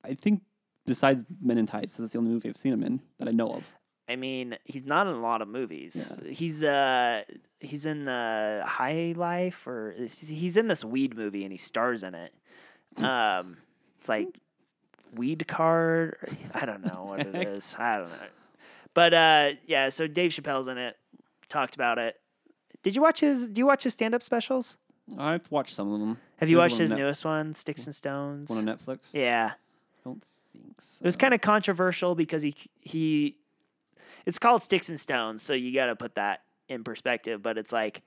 I think besides Men in Tights, that's the only movie I've seen him in that I know of. I mean, he's not in a lot of movies. He's uh he's in uh, High Life or he's in this weed movie and he stars in it. Um it's like Weed Card. or- I don't know what it heck? is. I don't know. But uh yeah, so Dave Chappelle's in it. Talked about it. Did you watch his do you watch his stand-up specials? I've watched some of them. Have you There's watched one his on Net- newest one, Sticks and Stones? one on Netflix? Yeah. I don't think so. It was kind of controversial because he he it's called sticks and stones, so you got to put that in perspective, but it's like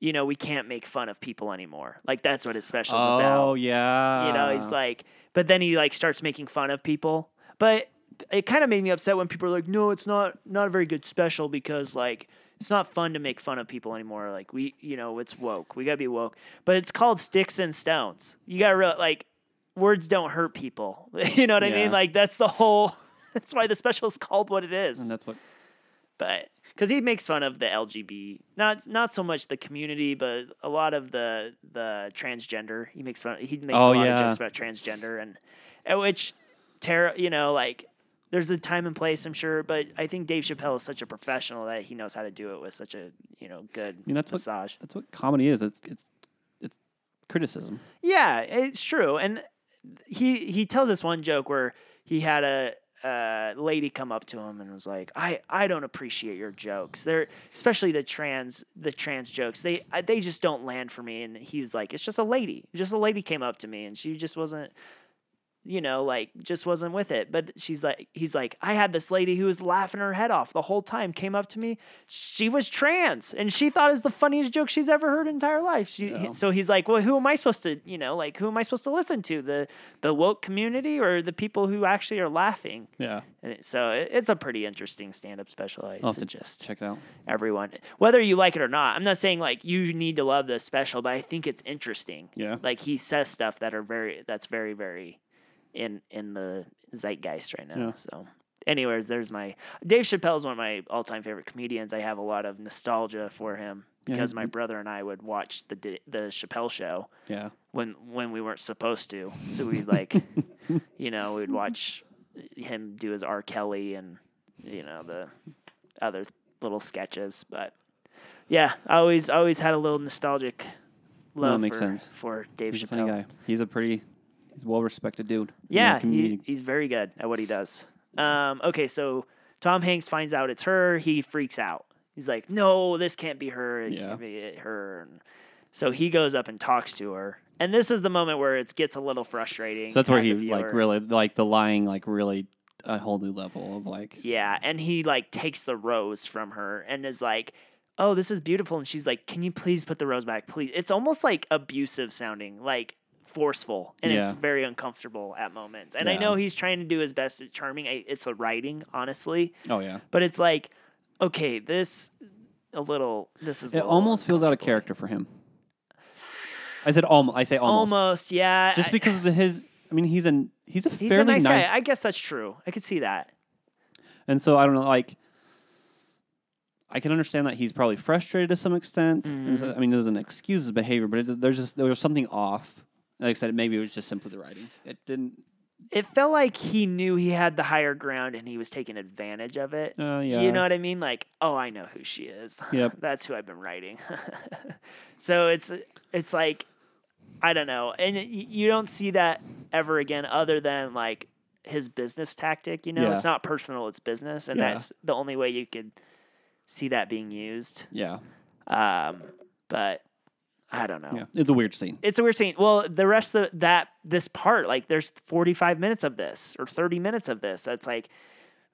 you know, we can't make fun of people anymore. Like that's what his special's Oh about. yeah. You know, he's Ah. like but then he like starts making fun of people. But it kind of made me upset when people are like, "No, it's not not a very good special because like it's not fun to make fun of people anymore. Like we, you know, it's woke. We got to be woke." But it's called sticks and stones. You got to real like words don't hurt people. you know what I Yeah. mean? Like that's the whole. That's why the special is called what it and is. that's what. But because he makes fun of the LGB, not not so much the community, but a lot of the the transgender. He makes fun. He makes Oh, a lot yeah. of jokes about transgender and, and which, terror. You know, like there's a time and place, I'm sure. But I think Dave Chappelle is such a professional that he knows how to do it with such a you know good mean, that's what- massage. That's what comedy is. It's it's it's criticism. Yeah, it's true. And he he tells this one joke where he had a uh, lady come up to him and was like, "I I don't appreciate your jokes. They're especially the trans the trans jokes. They I, they just don't land for me." And he was like, "It's just a lady. Just a lady came up to me and she just wasn't." You know, like just wasn't with it. But she's like, he's like, I had this lady who was laughing her head off the whole time. Came up to me, she was trans, and she thought it was the funniest joke she's ever heard in her entire life. She, he- Yeah. so he's like, well, who am I supposed to, you know, like who am I supposed to listen to, the the woke community or the people who actually are laughing? Yeah. And it- so it, it's a pretty interesting stand up special. I I'll have to suggest check it out. everyone, whether you like it or not. I'm not saying like you need to love this special, but I think it's interesting. Yeah. Like he says stuff that are very that's very very in in the zeitgeist right now. Yeah. So, anyways, there's my Dave Chappelle's one of my all time favorite comedians. I have a lot of nostalgia for him Yeah, because he's- my brother and I would watch the Da- the Chappelle show Yeah. when when we weren't supposed to. So we like, you know, we'd watch him do his R. Kelly and you know the other little sketches. But yeah, I always always had a little nostalgic love makes for, sense. for Dave He's a Chappelle. funny guy. He's a pretty. He's a well respected dude. in the Yeah, he, community. he's very good at what he does. Um, okay, so Tom Hanks finds out it's her. He freaks out. He's like, "No, this can't be her. It Yeah. can't be her." And so he goes up and talks to her, and this is the moment where it gets a little frustrating. so that's where as he a like viewer. really like the lying like really a whole new level of like Yeah, and he like takes the rose from her and is like, "Oh, this is beautiful." And she's like, "Can you please put the rose back, please?" It's almost like abusive sounding, like forceful, and Yeah. it's very uncomfortable at moments. And I Yeah. know he's trying to do his best at charming. I, it's the writing, honestly, oh yeah. but it's like, okay, this a little. This is a It little almost feels out of uncomfortable. character for him. I said almost. I say almost. Almost, yeah. Just I- because of the, his. I mean, he's an he's a he's fairly a nice guy. I guess that's true. I could see that. and so I don't know. Like, I can understand that he's probably frustrated to some extent. And Mm-hmm. so- I mean, it doesn't excuse his behavior, but it, there's just there was something off. Like I said, maybe it was just simply the writing. It didn't. It felt like he knew he had the higher ground and he was taking advantage of it. Uh, yeah. You know what I mean? Like, oh, I know who she is. Yep. That's who I've been writing. so it's it's like I don't know, and y- you don't see that ever again, other than like his business tactic. You know, Yeah. it's not personal; it's business, and Yeah. that's the only way you could see that being used. Yeah. Um, but I don't know. Yeah. It's a weird scene. It's a weird scene. Well, the rest of that this part, like, there's 45 minutes of this or 30 minutes of this. That's like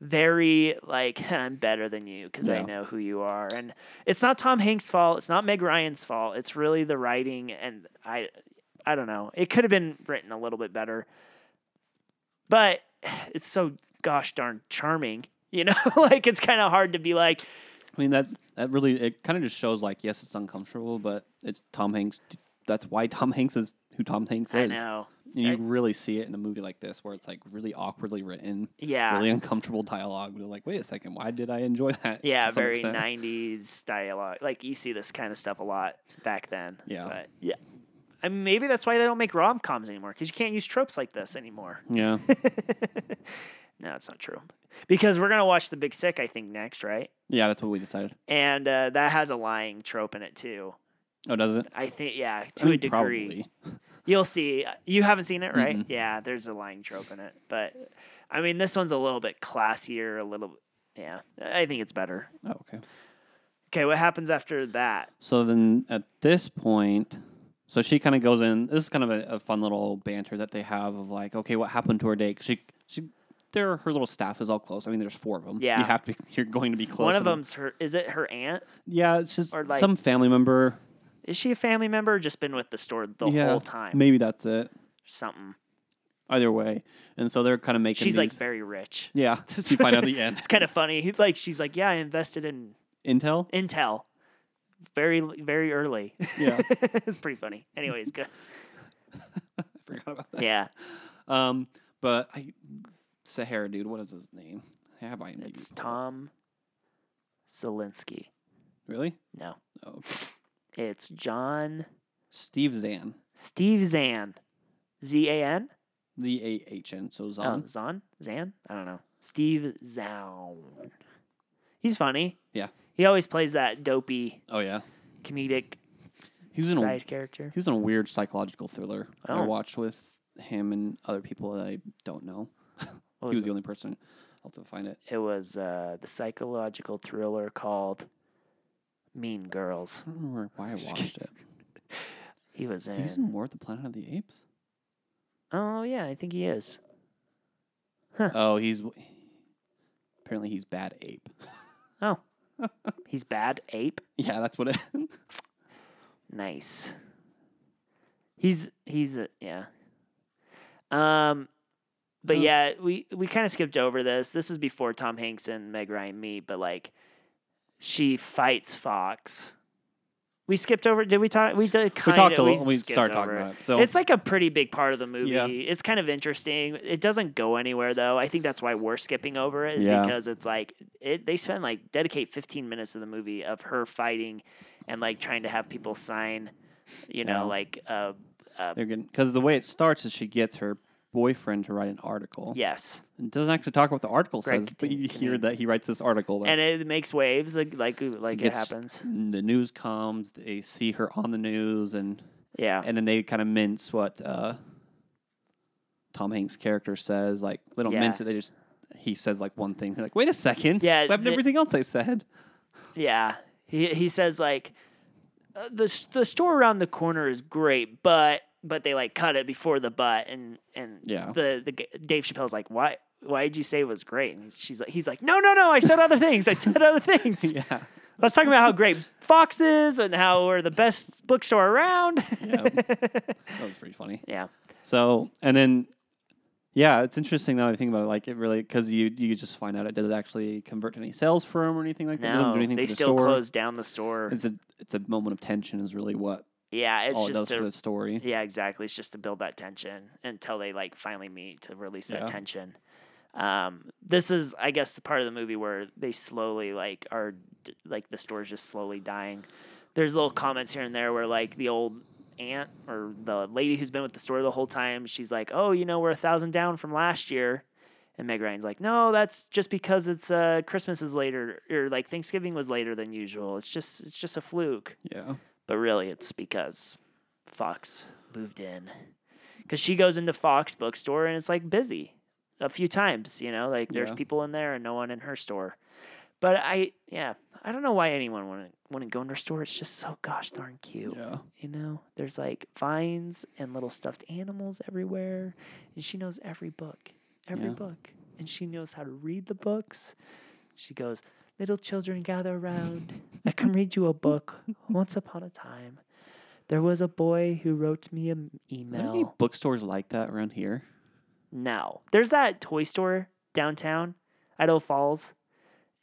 very like I'm better than you because I Yeah. know who you are, and it's not Tom Hanks' fault. It's not Meg Ryan's fault. It's really the writing, and I, I don't know. It could have been written a little bit better, but it's so gosh darn charming. You know, like it's kind of hard to be like, I mean that that really it kind of just shows like yes, it's uncomfortable, but it's Tom Hanks. That's why Tom Hanks is who Tom Hanks I is. know, And you I- really see it in a movie like this where it's like really awkwardly written, yeah, really uncomfortable dialogue. But like, wait a second, why did I enjoy that? to yeah, some very extent? '90s dialogue. Like you see this kind of stuff a lot back then. Yeah. but yeah. I mean, maybe that's why they don't make rom coms anymore because you can't use tropes like this anymore. Yeah, no, it's not true. Because we're gonna watch The Big Sick, I think, next, right? yeah, that's what we decided. And uh, that has a lying trope in it too. Oh, does it? I think, yeah, to I mean, a degree. probably. You'll see. You haven't seen it, right? Mm-mm. Yeah, there's a lying trope in it, but I mean, this one's a little bit classier. A little, yeah. I think it's better. Oh, okay. Okay, what happens after that? So then at this point, so she kind of goes in. This is kind of a, a fun little banter that they have of like, okay, what happened to her date? 'Cause she, she, there, her little staff is all close. I mean, there's four of them. Yeah. you have to. Be, you're going to be close. One of to them's her. Is it her aunt? Yeah, it's just Or, like- some family member. Is she a family member? Or just been with the store the yeah, whole time? Maybe that's it. Something. Either way, and so they're kind of making. She's like these- very rich. yeah. you find out at the end. It's kind of funny. He, Like she's like, yeah, I invested in Intel. Intel, very very early. Yeah, I it's pretty funny. Anyways, good. forgot about that. Yeah, Um, but I, Sahara, dude, what is his name? I have IMDb. it's pulled up. Tom Zelinsky. Really? No, Oh, okay. it's John Steve Zahn. Steve Zahn, Z A N. Z A H N. So Zahn. Oh, Zahn? Zan? I don't know. Steve Zahn. He's funny. Yeah. He always plays that dopey Oh yeah. comedic He was in a side character. he was in a weird psychological thriller that I Oh. watched with him and other people that I don't know. What he was was it? the only person. I'll have to find it. It was uh, the psychological thriller called Mean Girls. I don't remember why I Just watched it. He was in. He's in War of the Planet of the Apes. Oh yeah, I think he is. Oh, he's apparently he's bad ape. Oh, he's bad ape. Yeah, that's what it. Nice. He's he's a, yeah. Um, but Oh. yeah, we we kind of skipped over this. This is before Tom Hanks and Meg Ryan meet, but like, she fights Fox. We skipped over. Did we talk? We did. Kinda, we talked a little. We, We skipped started over talking it. about it. So it's like a pretty big part of the movie. Yeah. It's kind of interesting. It doesn't go anywhere though. I think that's why we're skipping over it is Yeah. because it's like it, they spend like dedicate 15 minutes of the movie of her fighting and like trying to have people sign, you know, Yeah. like uh, uh, they're getting because the way it starts is she gets her boyfriend to write an article. yes, and doesn't actually talk about the article Greg says, but you Kinnear. hear that he writes this article. That and it makes waves like like, like it gets- happens. the news comes, they see her on the news, and Yeah, and then they kind of mince what uh, Tom Hanks' character says. Like they don't Yeah. mince it; they just he says like one thing. They're like, wait a second, Yeah, what happened to the- everything else I said. yeah. He he says like uh, the s- the store around the corner is great, but but they like cut it before the butt and and Yeah. the the g- Dave Chappelle's like why why did you say it was great and she's like he's like no no no I said other things I said other things I yeah, was talking about how great Fox is and how we're the best bookstore around that was pretty funny. yeah So, and then, yeah, it's interesting now that I think about it. Like, it really because you you just find out it doesn't actually convert to any sales for him or anything like that. It doesn't no do anything they for the still store. closed down the store It's a it's a moment of tension is really what yeah it's all it does just for to the story. Yeah, exactly. It's just to build that tension until they like finally meet to release that Yeah. tension. Um, this is, I guess, the part of the movie where they slowly like are d- like the store's just slowly dying. There's little comments here and there where like the old aunt or the lady who's been with the store the whole time, she's like, "Oh, you know, we're a thousand down from last year." And Meg Ryan's like, no, that's just because it's uh, Christmas is later, or like Thanksgiving was later than usual. It's just, it's just a fluke Yeah, but really it's because Fox moved in. Because she goes into Fox bookstore and it's like busy a few times, you know, like there's Yeah. people in there and no one in her store. But I, yeah, I don't know why anyone wouldn't, wouldn't go into her store. It's just so gosh darn cute. yeah. You know, there's like vines and little stuffed animals everywhere. And she knows every book, every Yeah. book. and she knows how to read the books. She goes, Little children gather around. I can read you a book. Once upon a time, there was a boy who wrote me an Are there any email. bookstores like that around here? No. There's that toy store downtown, Idaho Falls,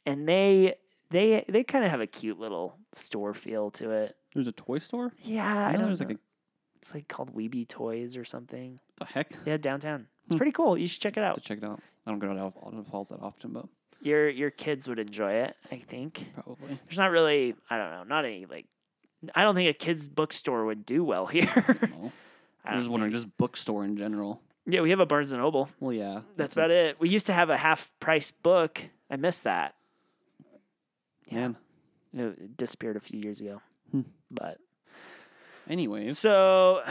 and they they they kind of have a cute little store feel to it. There's a toy store. Yeah, I know don't there's know. like a it's like called Weeby Toys or something. the heck I Yeah, downtown. Hmm. It's pretty cool. You should check it have to out. check it out. I don't go to Alton Falls that often, but Your your kids would enjoy it, I think. probably. There's not really, I don't know, not any like I don't think a kids bookstore would do well here. No. I I was don't wondering, know. just bookstore in general. Yeah, we have a Barnes and Noble. Well, yeah, That's about it. We used to have a half price book. I miss that. Man. You know, It disappeared a few years ago. Hmm. But Anyways, So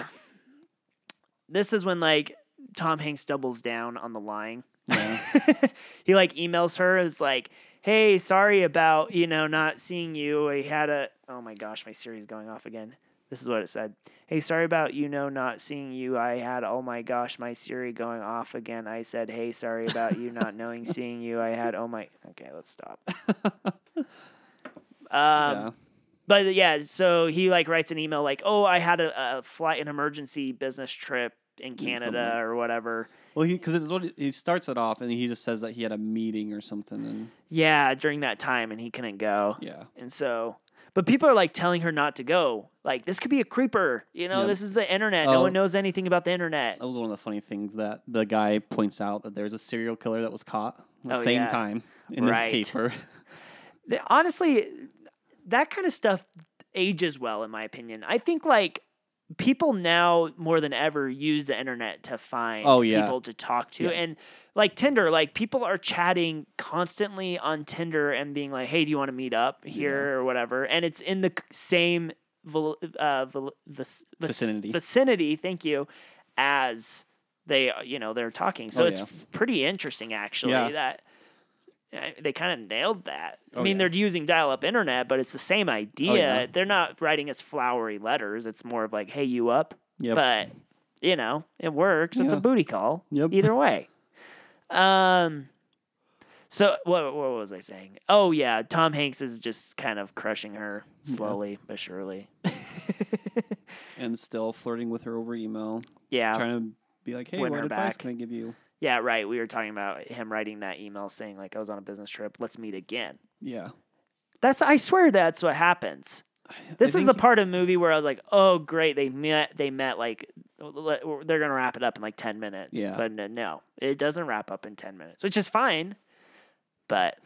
this is when like Tom Hanks doubles down on the lying. Yeah. he like emails her is like, "Hey, sorry about, you know, not seeing you. I had a Oh my gosh, my Siri's going off again. This is what it said. Hey, sorry about you know not seeing you. I had oh my gosh, my Siri going off again. I said, "Hey, sorry about you not knowing seeing you. I had oh my Okay, let's stop. um yeah. but yeah, so he like writes an email like, "Oh, I had a, a flight, an emergency business trip in Canada something. or whatever." Well, he because it's what he- he starts it off, and he just says that he had a meeting or something, and Yeah, during that time, and he couldn't go, yeah, and so. But people are like telling her not to go. Like this could be a creeper. You know, Yeah. this is the internet. No Oh. one knows anything about the internet. that was one of the funny things that the guy points out that there's a serial killer that was caught at the Oh, same yeah. time in Right. the paper. Th- Honestly, that kind of stuff ages well, in my opinion. I think like people now more than ever use the internet to find Oh, yeah. people to talk to Yeah. and like tinder like people are chatting constantly on tinder and being like hey do you want to meet up here or whatever and it's in the c- same vel- uh, vel- vis- vis- Vicinity. vicinity thank you as they uh, you know they're talking so Oh, it's yeah. pretty interesting actually Yeah. that uh, they kind of nailed that. I Oh, yeah. Oh, mean, they're using dial-up internet, but it's the same idea. yeah. They're not writing as flowery letters. It's more of like, "Hey, you up?" Yep. But you know, it works. It's a Yeah. booty call. Yep. Either way. Um. So what what was I saying? Oh yeah, Tom Hanks is just kind of crushing her slowly but surely. and still flirting with her over email, yeah. trying to be like, "Hey, Win what her advice back. can I give you?" yeah, right. We were talking about him writing that email saying like I was on a business trip. Let's meet again. Yeah, That's I swear that's what happens. This is the part of the movie where I was like, "Oh, great, they met. They met like le- they're gonna wrap it up in like ten minutes." Yeah. But n- no, it doesn't wrap up in ten minutes, which is fine, but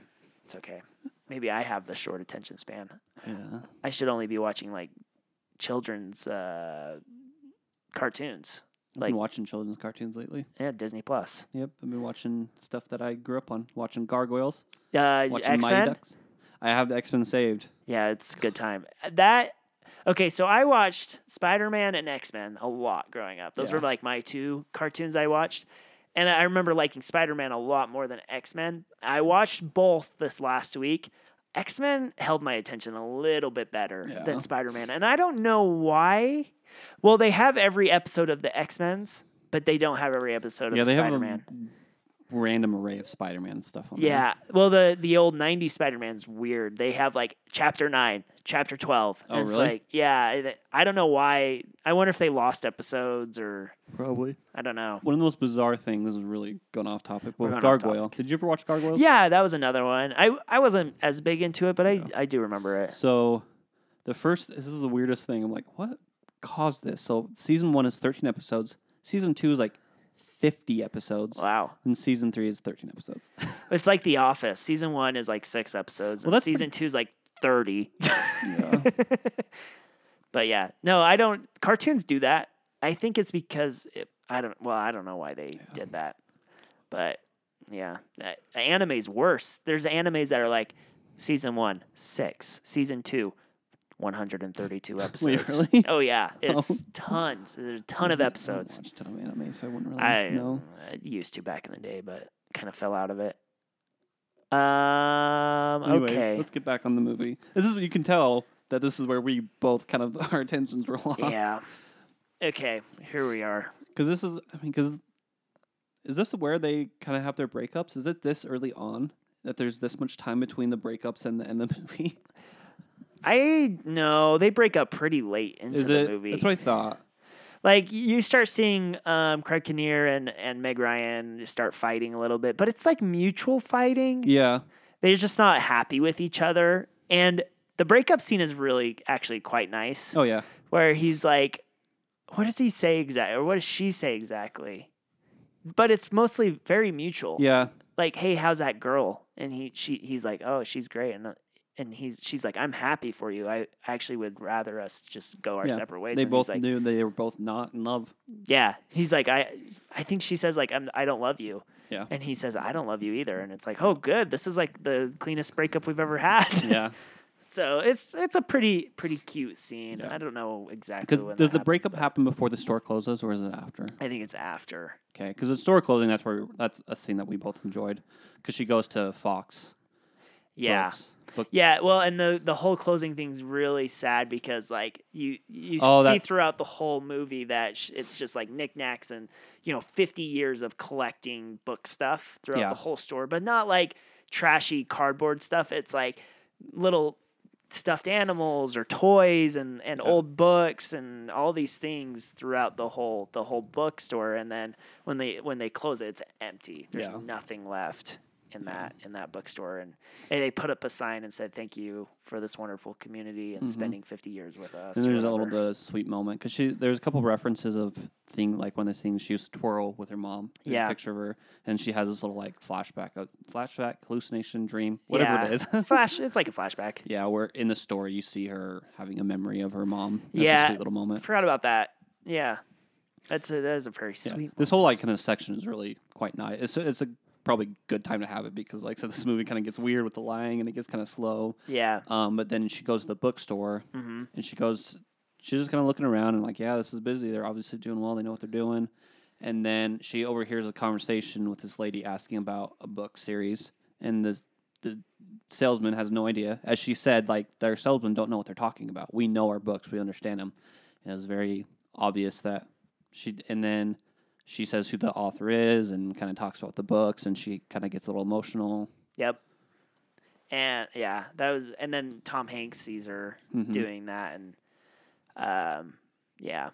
it's okay. Maybe I have the short attention span. yeah. I should only be watching like children's uh, cartoons. I've Like- been watching children's cartoons lately. Yeah, Disney Plus. Yep, I've been watching stuff that I grew up on, watching Gargoyles, Uh, watching X Mighty Men. Ducks. I have the X Men saved. Yeah, it's a good time. Uh, That okay, so I watched Spider Man and X Men a lot growing up. Those were Yeah. like my two cartoons I watched. And I remember liking Spider Man a lot more than X Men. I watched both this last week. X Men held my attention a little bit better Yeah. than Spider Man. And I don't know why. Well, they have every episode of the X Men's, but they don't have every episode yeah, of they Spider Man. have a random array of Spider Man stuff on there. Yeah. Well, the the old '90s Spider-Man's weird. They have like Chapter Nine, Chapter Twelve. and Oh, it's really? Like, yeah. I- I don't know why. I wonder if they lost episodes or probably. I don't know. One of the most bizarre things, this is really going off topic, but We're with going off Gargoyle. Did you ever watch Gargoyle? Yeah, that was another one. I I wasn't as big into it, but I I do remember it. So the first, this is the weirdest thing. I'm like, what caused this? So season one is 13 episodes, season two is like 50 episodes, Wow. and season three is 13 episodes. It's like The Office. Season one is like six episodes, and that's season two is like thirty. yeah. But yeah, no, I don't. Cartoons do that. I think it's because it, I don't. Well, I don't know why they did that, but yeah, Uh, anime's worse. There's animes that are like season one six, season two. 132 episodes. really? Oh yeah, it's tons. There's a ton of episodes. I watched a ton of anime, so I wouldn't really I, know. I used to back in the day, but kind of fell out of it. Um. Anyways, okay. let's get back on the movie. This is you can tell that this is where we both kind of our attentions were lost. yeah. Okay. Here we are. because this is I mean because is this where they kind of have their breakups? Is it this early on that there's this much time between the breakups and the end of the movie? I know they break up pretty late into Is the it? movie. That's what I thought. Like you start seeing um, Craig Kinnear and, and Meg Ryan start fighting a little bit, but it's like mutual fighting. Yeah, They're just not happy with each other, and the breakup scene is really actually quite nice, Oh yeah. where he's like, "What does he say exactly? Or what does she say exactly?" But it's mostly very mutual. Yeah. Like, "Hey, how's that girl?" And he she he's like, "Oh, she's great," and uh, and he's she's like, "I'm happy for you. I actually would rather us just go our Yeah. separate ways." They and he's both like, knew they were both not in love. yeah, he's like, I, I think she says like, I'm, I don't love you. Yeah. And he says, I don't love you either. And it's like, oh, good. This is like the cleanest breakup we've ever had. Yeah. so it's it's a pretty pretty cute scene. Yeah. I don't know exactly. Because Because does the breakup happen before the store closes or is it after? I think it's after. Okay, because the store closing. That's where that's a scene that we both enjoyed. Because she goes to Fox. Yeah. Books. Book- Yeah, well, and the the whole closing thing's really sad because like you you Oh, see that- throughout the whole movie that sh- it's just like knickknacks and you know fifty years of collecting book stuff throughout Yeah. the whole store, but not like trashy cardboard stuff. It's like little stuffed animals or toys and and old books and all these things throughout the whole the whole bookstore. And then when they when they close it, it's empty. There's Yeah. nothing left in that in that bookstore and, and they put up a sign and said thank you for this wonderful community and spending 50 years with us Mm-hmm. And or there's a little whatever. the sweet moment because she there's a couple references of thing like one of the things she used to twirl with her mom. There's a Yeah. picture of her, and she has this little like flashback, a flashback, hallucination, dream, whatever it Yeah. is. flash it's like a flashback yeah, where in the store you see her having a memory of her mom. That's Yeah. a sweet little i moment. forgot about that yeah that's a that is a very Yeah. sweet This whole like kind of section is really quite nice. It's it's a probably good time to have it because like I said, this movie kind of gets weird with the lying and it gets kind of slow. yeah Um, but then she goes to the bookstore Mhm. and she goes, she's just kind of looking around and like, yeah, this is busy. They're obviously doing well. They know what they're doing. And then she overhears a conversation with this lady asking about a book series, and the the salesman has no idea. As she said, like their salesmen don't know what they're talking about. We know our books. We understand them. And it was very obvious that she. And then she says who the author is and kind of talks about the books, and she kind of gets a little emotional. yep and yeah that was and then tom hanks sees her Mhm. doing that and um yeah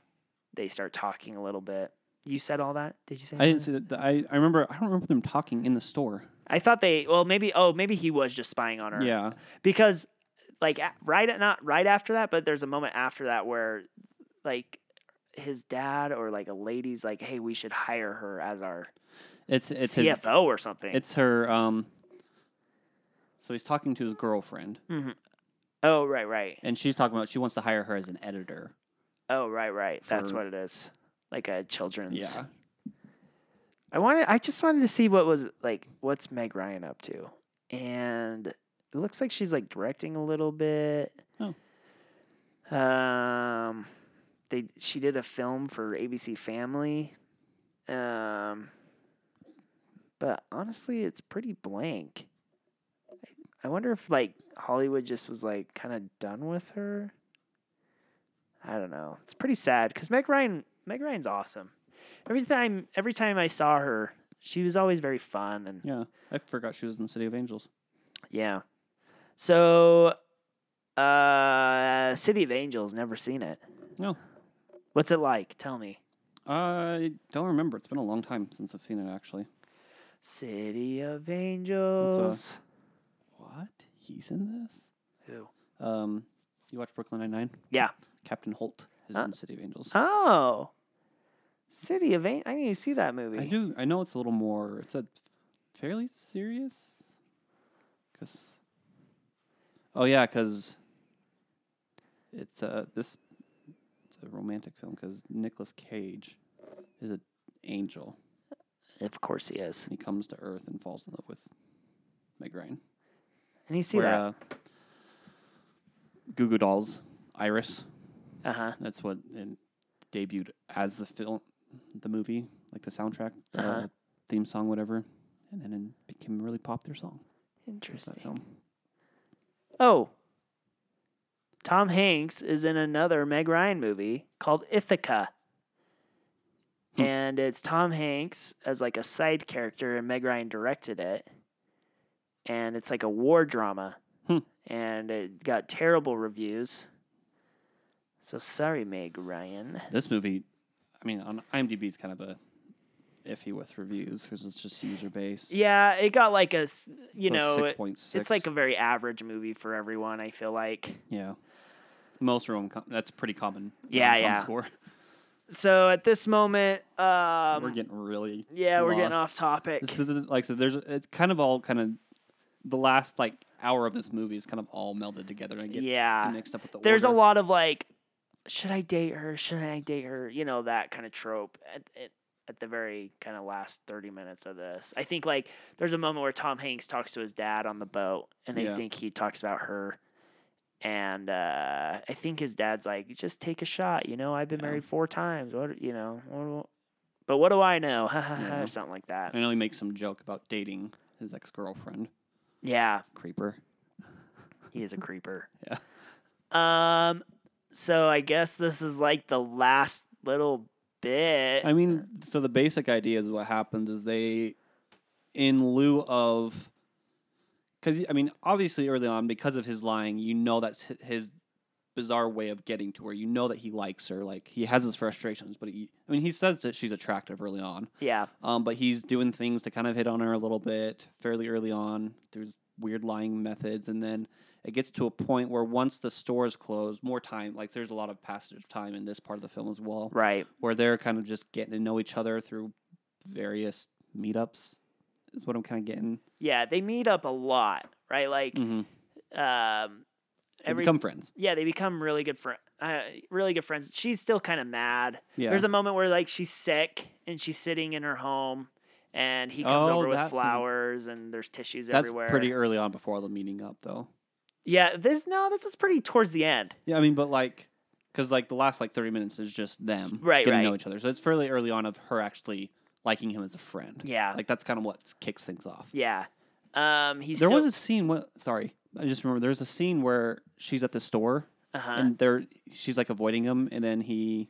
they start talking a little bit you said all that did you say I didn't that? see that. I, I remember. I don't remember them talking in the store. i thought they well maybe oh maybe he was just spying on her Yeah. because like a- right at not right after that but there's a moment after that where like his dad or like a lady's like hey we should hire her as our It's it's his, cfo or something it's her um so he's talking to his girlfriend Mhm. oh right right and she's talking about she wants to hire her as an editor. oh right right that's For- what it is like a children's Yeah. i wanted i just wanted to see what was like what's meg ryan up to and it looks like she's like directing a little bit Oh. um they she did a film for abc family Um, but honestly, it's pretty blank. I, I wonder if like Hollywood just was like kind of done with her. I don't know. It's pretty sad because Meg Ryan, Meg Ryan's awesome. Every time, every time I saw her, she was always very fun and Yeah. I forgot she was in the City of Angels. yeah. So, uh, City of Angels, never seen it. No. What's it like? Tell me. I don't remember. It's been a long time since I've seen it actually. City of Angels. What? He's in this? Who? Um you watch Brooklyn Nine Nine? Yeah. Captain Holt is Uh, in City of Angels. Oh, City of Angels. I need to see that movie. I do I know it's a little more it's a fairly serious cuz Oh yeah, cuz it's a this it's a romantic film cuz Nicolas Cage is an angel Of course he is. and he comes to earth and falls in love with Meg Ryan. I need to see Where, Uh, Goo Goo Dolls Iris that. Uh huh. that's what it debuted as the film, the movie, like the soundtrack, Uh-huh. uh, theme song, whatever, and then it became a really popular song. There's that Interesting. film. Oh, Tom Hanks is in another Meg Ryan movie called Ithaca. Hmm. and it's Tom Hanks as like a side character, and Meg Ryan directed it, and it's like a war drama, Hmm. and it got terrible reviews. So sorry, Meg Ryan. This movie, I mean, on IMDb is kind of a iffy with reviews because it's just user based. Yeah, it got like a, s- you know, six it- point six. it's like a very average movie for everyone. I feel like. yeah. Most are com- that's pretty common. Yeah, rom-com yeah. Score. So at this moment, um, we're getting really yeah, we're getting off topic. This doesn't like so. There's it's kind of all kind of the last like hour of this movie is kind of all melded together and I get yeah, mixed up with the. there's a order. lot of like, should I date her? Should I date her? You know that kind of trope at at, at the very kind of last thirty minutes of this. I think like there's a moment where Tom Hanks talks to his dad on the boat, and I Yeah. think he talks about her. And uh, I think his dad's like, just take a shot. You know, I've been Yeah. married four times. What you know? What, but what do I know? Ha ha ha, Yeah. or something like that. I know he makes some joke about dating his ex girlfriend. Yeah. Creeper. He is a creeper. Yeah. yeah. Um. So I guess this is like the last little bit. I mean, so the basic idea is what happens is they, in lieu of, because I mean, obviously early on because of his lying, you know that's hi- his bizarre way of getting to her. You know that he likes her, like he has his frustrations, but he, I mean, he says that she's attractive early on, yeah. um, but he's doing things to kind of hit on her a little bit fairly early on through weird lying methods, and then. It gets to a point where once the store is closed, more time, like there's a lot of passage of time in this part of the film as well Right. where they're kind of just getting to know each other through various meetups is what I'm kind of getting. Yeah. They meet up a lot. Right. Like. Mm-hmm. Um. They Every. become friends. yeah. They become really good friend. Uh, really good friends. She's still kind of mad. Yeah. There's a moment where like she's sick and she's sitting in her home, and he comes Oh, over with that's a- flowers and there's tissues That's everywhere. pretty early on before the meeting up, though. Yeah. This no. This is pretty towards the end. Yeah, I mean, but like, because like the last like 30 minutes is just them Right, getting to know right. each other. So it's fairly early on of her actually liking him as a friend. Yeah. Like that's kind of what kicks things off. yeah. Um. He's There still, was a scene. What? Sorry, I just remember. There's a scene where she's at the store uh-huh. and they're she's like avoiding him, and then he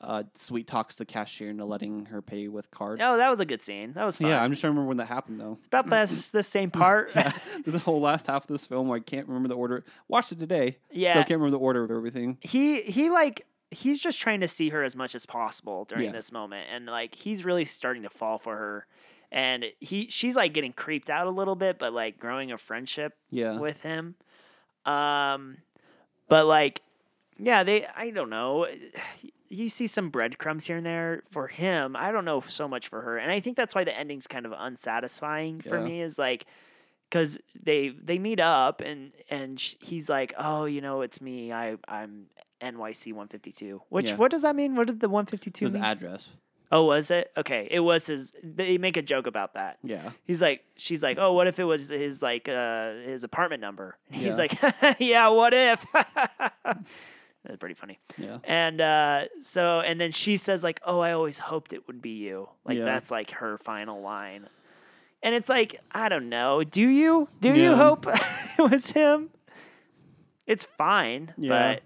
uh, sweet talks the cashier into letting her pay with card. Oh, that was a good scene. That was fun. Yeah, I'm just trying to remember when that happened though. about this the same part. Yeah, this whole last half of this film, I can't remember the order. Watched it today. Yeah. Still can't remember the order of everything. he he like he's just trying to see her as much as possible during Yeah. this moment, and like he's really starting to fall for her, and he she's like getting creeped out a little bit, but like growing a friendship Yeah. with him. Um, but like, yeah, they I don't know. You see some breadcrumbs here and there for him. I don't know so much for her, and I think that's why the ending's kind of unsatisfying for Yeah. me. Is like because they they meet up and and sh- he's like, oh, you know, it's me. I I'm NYC 152. Which Yeah. what does that mean? What did the 152 His mean? address. oh, was it okay? It was his. They make a joke about that. Yeah. He's like, she's like, oh, what if it was his like uh his apartment number? And He's Yeah. like, yeah, what if? That's pretty funny. Yeah. And uh, so, and then she says like, oh, I always hoped it would be you. Like Yeah. that's like her final line. And it's like, I don't know. Do you do you Yeah. hope it was him? It's fine, Yeah. but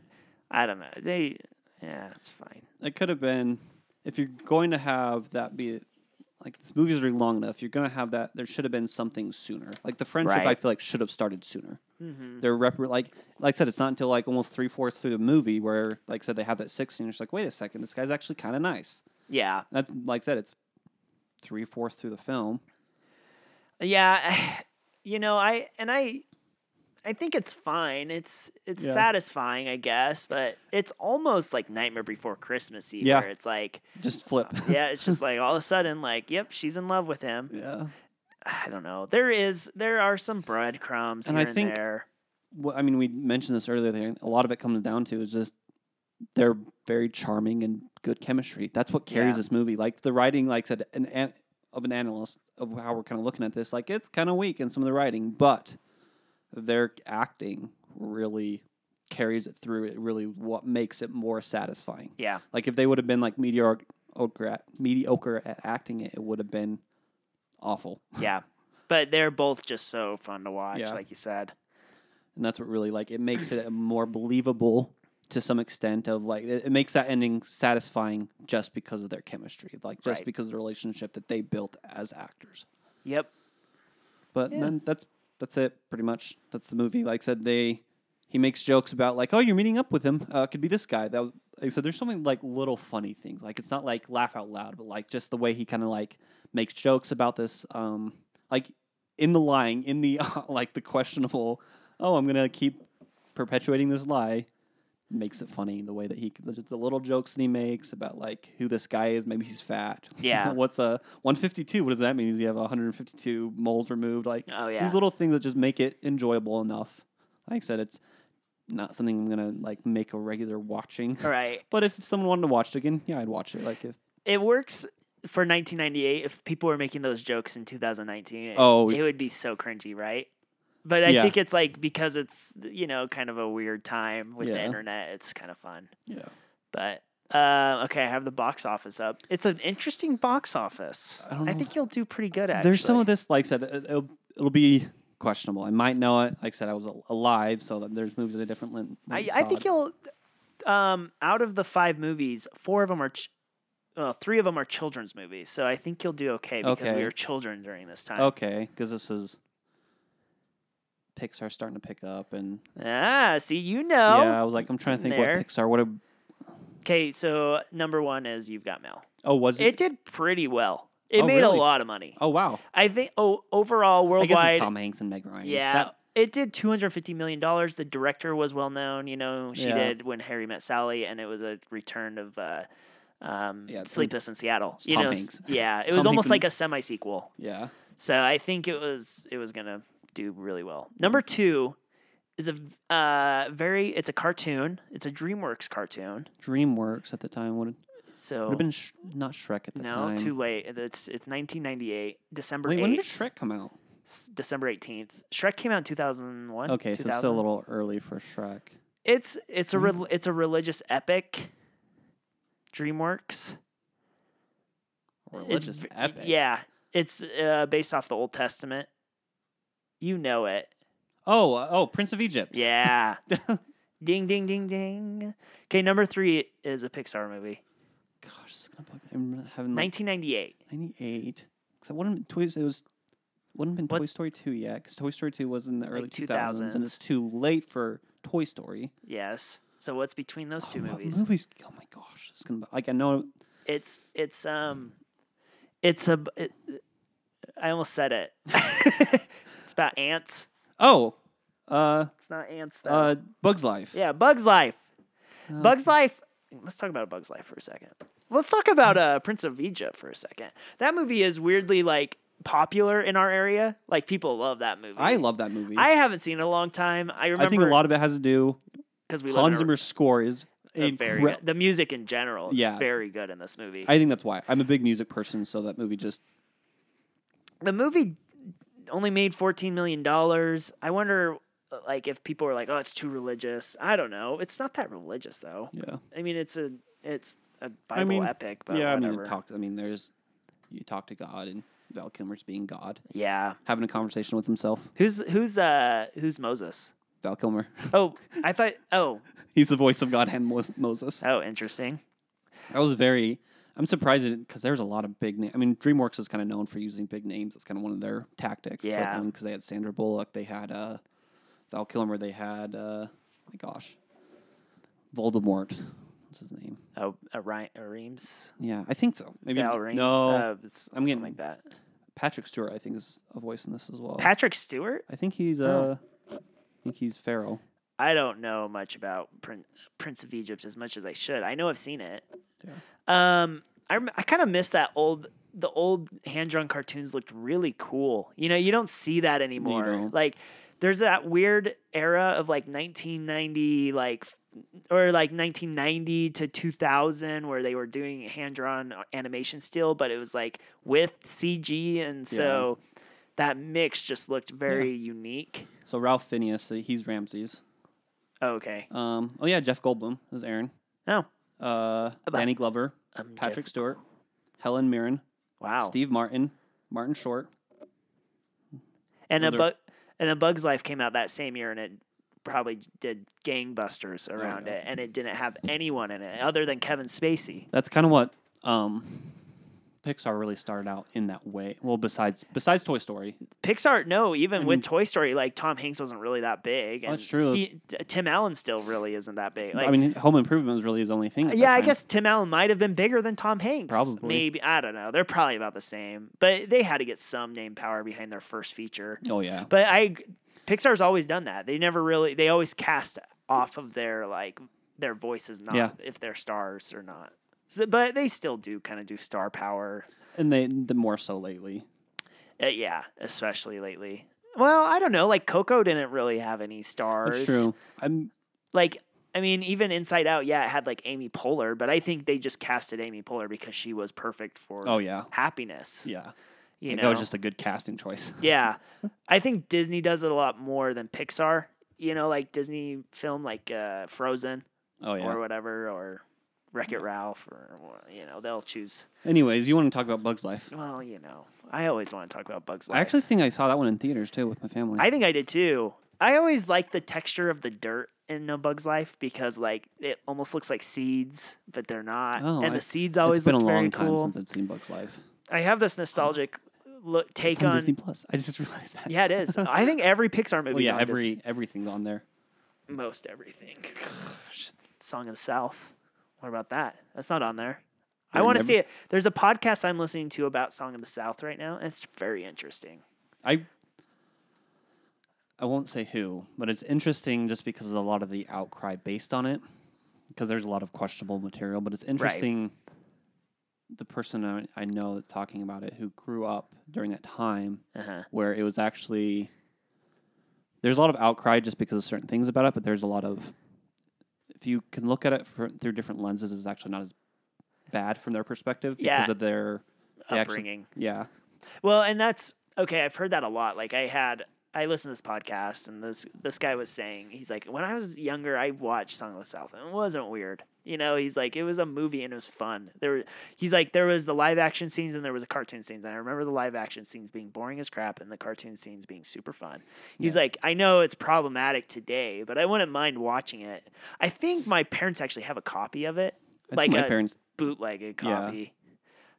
I don't know. They, yeah, it's fine. It could have been if you're going to have that be like this movie's already long enough, you're gonna have that there should have been something sooner. Like the friendship Right. I feel like should have started sooner. hmm They're rep- like like I said, it's not until like almost three fourths through the movie where like I said they have that six scene, it's like, wait a second, this guy's actually kinda nice. Yeah. That's like I said, it's three fourths through the film. Yeah, you know, I and I I think it's fine. It's it's Yeah. satisfying, I guess, but it's almost like Nightmare Before Christmas Eve Yeah. where it's like Just flip. Uh, yeah, it's just like all of a sudden like, yep, she's in love with him. yeah. I don't know. There is there are some breadcrumbs And I here and think- there. well, I mean, we mentioned this earlier. There, a lot of it comes down to is just they're very charming and good chemistry. That's what carries Yeah. this movie. Like the writing, like I said, an, an of an analyst of how we're kind of looking at this, like it's kind of weak in some of the writing, but their acting really carries it through. It really what makes it more satisfying. Yeah. Like if they would have been like mediocre, at- mediocre at acting it, it would have been awful. Yeah. But they're both just so fun to watch, Yeah. like you said. and that's what really like it makes it a more believable to some extent of like it, it makes that ending satisfying just because of their chemistry, like just Right. because of the relationship that they built as actors. Yep. But then that's that's it pretty much. That's the movie. Like I said, they he makes jokes about like, oh, you're meeting up with him. Uh, could be this guy. That was, like I said, there's so many like little funny things. Like it's not like laugh out loud, but like just the way he kind of like makes jokes about this. Um, like in the lying, in the like the questionable. Oh, I'm gonna keep perpetuating this lie. Makes it funny the way that he the, the little jokes that he makes about like who this guy is. Maybe he's fat. Yeah. What's a 152? What does that mean? Does he have 152 moles removed? Like Oh yeah. these little things that just make it enjoyable enough. Like I said, it's not something I'm gonna like make a regular watching. right. But if someone wanted to watch it again, yeah, I'd watch it. Like if It works for 1998. If people were making those jokes in 2019, it, Oh. it would be so cringy, right? But I Yeah. think it's like because it's you know kind of a weird time with the Yeah. internet, it's kind of fun. yeah, But uh, okay, I have the box office up. It's an interesting box office. I don't know. think you'll do pretty good at. there's some of this. Like I said, it- it'll, it'll be questionable. I might know it. Like I said, I was al- alive, so that there's movies that I different. Lin- I, I think you'll. Um, out of the five movies, four of them are. Ch- well, three of them are children's movies, so I think you'll do okay because we Okay. were children during this time. okay because this is Pixar starting to pick up, and Ah, see, you know. yeah, I was like, I'm trying to think there. what Pixar. What a Okay, so number one is You've Got Mail. oh was it? It did pretty well. It Oh, made a really? lot of money. oh wow, I think. Oh, I overall guess worldwide. it's Tom Hanks and Meg Ryan. yeah, That- it did two hundred fifty million dollars. The director was well known. You know, she Yeah. did when Harry Met Sally, and it was a return of. Uh, um, Yeah, it's from- Sleepless in Seattle. it's You Tom know, s- Hanks. yeah, Tom it was Hanks almost and- like a semi sequel. yeah. So I think it was it was gonna do really well. Number two is a v- uh, very it's a cartoon. It's a DreamWorks cartoon. DreamWorks at the time would So would have been Sh- not Shrek at the no, time. too late. It's it's 1998, December Wait, when did 8th, Shrek come out? s- December 18th. Shrek came out in 2001. Okay, so it's 2000. still a little early for Shrek. It's it's a Hmm. rel it's a religious epic. DreamWorks. Or It's just v- epic. Yeah, it's uh, based off the Old Testament. You know it. Oh, uh, oh, Prince of Egypt. Yeah. ding ding ding ding. Okay, number three is a Pixar movie, Gosh, it's gonna bug. I'm having like 1998. 98. Cause it wouldn't Toy. It was wouldn't have been Toy What's- Story two yet. Because Toy Story two was in the early 2000s, 2000s. and it's too late for Toy Story. Yes. So what's between those two oh, what movies? Movies. Oh my gosh, it's gonna bug- like I know. It's it's um, it's a. It, I almost said it. it's about ants. Oh, uh, It's not ants though. uh, Bugs Life. yeah, Bugs Life. Bugs Life. Let's talk about Bugs Life for a second. Let's talk about uh, Prince of Egypt for a second. That movie is weirdly like popular in our area. Like people love that movie. I love that movie. I haven't seen it in a long time. I remember I think a lot of it has to do because we live in Hans a- Zimmer's score is a very incre- good, the music in general. Is Yeah. very good in this movie. I think that's why I'm a big music person, so that movie just the movie only made fourteen million dollars. I wonder, uh, like, if people are like, "Oh, it's too religious." I don't know. It's not that religious though. yeah. I mean, it's a it's a Bible mean, epic, but yeah, I mean, whatever. it talk. I mean, there's you talk to God and Val Kilmer's being God, yeah. having a conversation with himself. Who's who's uh who's Moses? Val Kilmer, Oh, I thought. Oh, he's the voice of God and Mo- Moses. oh, interesting. I was very. I'm surprised because there's a lot of big names. I mean, DreamWorks is kind of known for using big names. It's kind of one of their tactics. Yeah. Because they had Sandra Bullock, they had uh, Val Kilmer, they had uh, my gosh, Voldemort. What's his name? Oh, uh, Ryan uh, Reams. Yeah, I think so. Maybe Val Reams. no. uh, it's I'm something getting- like that. Patrick Stewart, I think, is a voice in this as well. Patrick Stewart. I think he's uh, Oh. I think he's Pharaoh. I don't know much about Prin- Prince of Egypt as much as I should. I know I've seen it. Yeah. Um, I rem- I kind of miss that old. The old hand drawn cartoons looked really cool. You know, you don't see that anymore. don't. Like, there's that weird era of like 1990, like or like 1990 to 2000 where they were doing hand drawn animation still, but it was like with CG, and so that mix just looked very unique. So Ralph Phineas, uh, he's Ramses. okay. Um, oh yeah, Jeff Goldblum is Aaron. Oh, Uh, About- Danny Glover, um, Patrick Jeff- Stewart, Helen Mirren, Wow. Steve Martin, Martin Short. and a Those bug and a Bug's Life came out that same year, and it probably did gangbusters Oh, around it, and it didn't have anyone in it other than Kevin Spacey. That's kind of what um, Pixar really started out in that way. Well, besides besides Toy Story, Pixar, no, even with Toy Story, like Tom Hanks wasn't really that big, Mm-hmm. and That's true. Ste- Tim Allen still really isn't that big. Like, I mean, Home Improvement was really his only thing. at that yeah, I time. guess Tim Allen might have been bigger than Tom Hanks. Probably. maybe I don't know. They're probably about the same, but they had to get some name power behind their first feature. Oh yeah, But I, Pixar's always done that. They never really, they always cast off of their like their voices, not Yeah. if they're stars or not. So, but they still do kind of do star power. and they the more so lately. Uh, yeah, especially lately. Well, I don't know. Like Coco didn't really have any stars. That's true. I'm Like I mean, even Inside Out, yeah, it had like Amy Poehler, but I think they just casted Amy Poehler because she was perfect for Oh yeah, happiness. yeah. You Like, know, that was just a good casting choice. Yeah. I think Disney does it a lot more than Pixar. You know, like Disney film like uh, Frozen Oh yeah. Mm-hmm. or whatever or Wreck It Ralph or wha- you know, they'll choose Anyways, you want to talk about Bugs Life? well, you know. I always want to talk about Bugs Life. I actually think I saw that one in theaters too with my family. I think I did too. I always like the texture of the dirt in A Bug's Life because like it almost looks like seeds, but they're not. Oh, and I- the seeds it's always been a look very long time cool. since I've seen Bugs Life. I have this nostalgic look It's take on, on. Disney Plus. I just realized that. Yeah, it is. I think every Pixar movie. Well, yeah, every Disney. everything's on there. most everything. Song of the South. What about that? That's not on there. I They're want to never- see it. There's a podcast I'm listening to about Song of the South right now. and It's very interesting. I I won't say who, but it's interesting just because of a lot of the outcry based on it. Because there's a lot of questionable material, but it's interesting. The person I, I know that's talking about it, who grew up during that time, Uh-huh. where it was actually there's a lot of outcry just because of certain things about it, but there's a lot of if you can look at it for, through different lenses, it's actually not as bad from their perspective because Yeah. of their they actually- Upbringing. yeah, Well, and that's okay. I've heard that a lot. Like I had, I listened to this podcast, and this this guy was saying, he's like, when I was younger, I watched Song of the South, and it wasn't weird. You know, he's like, it was a movie and it was fun. There, were, he's like, there was the live action scenes and there was the cartoon scenes, and I remember the live action scenes being boring as crap and the cartoon scenes being super fun. He's like, I know it's problematic today, but I wouldn't mind watching it. I think my parents actually have a copy of it, I like think my a- parents bootlegged Yeah. copy.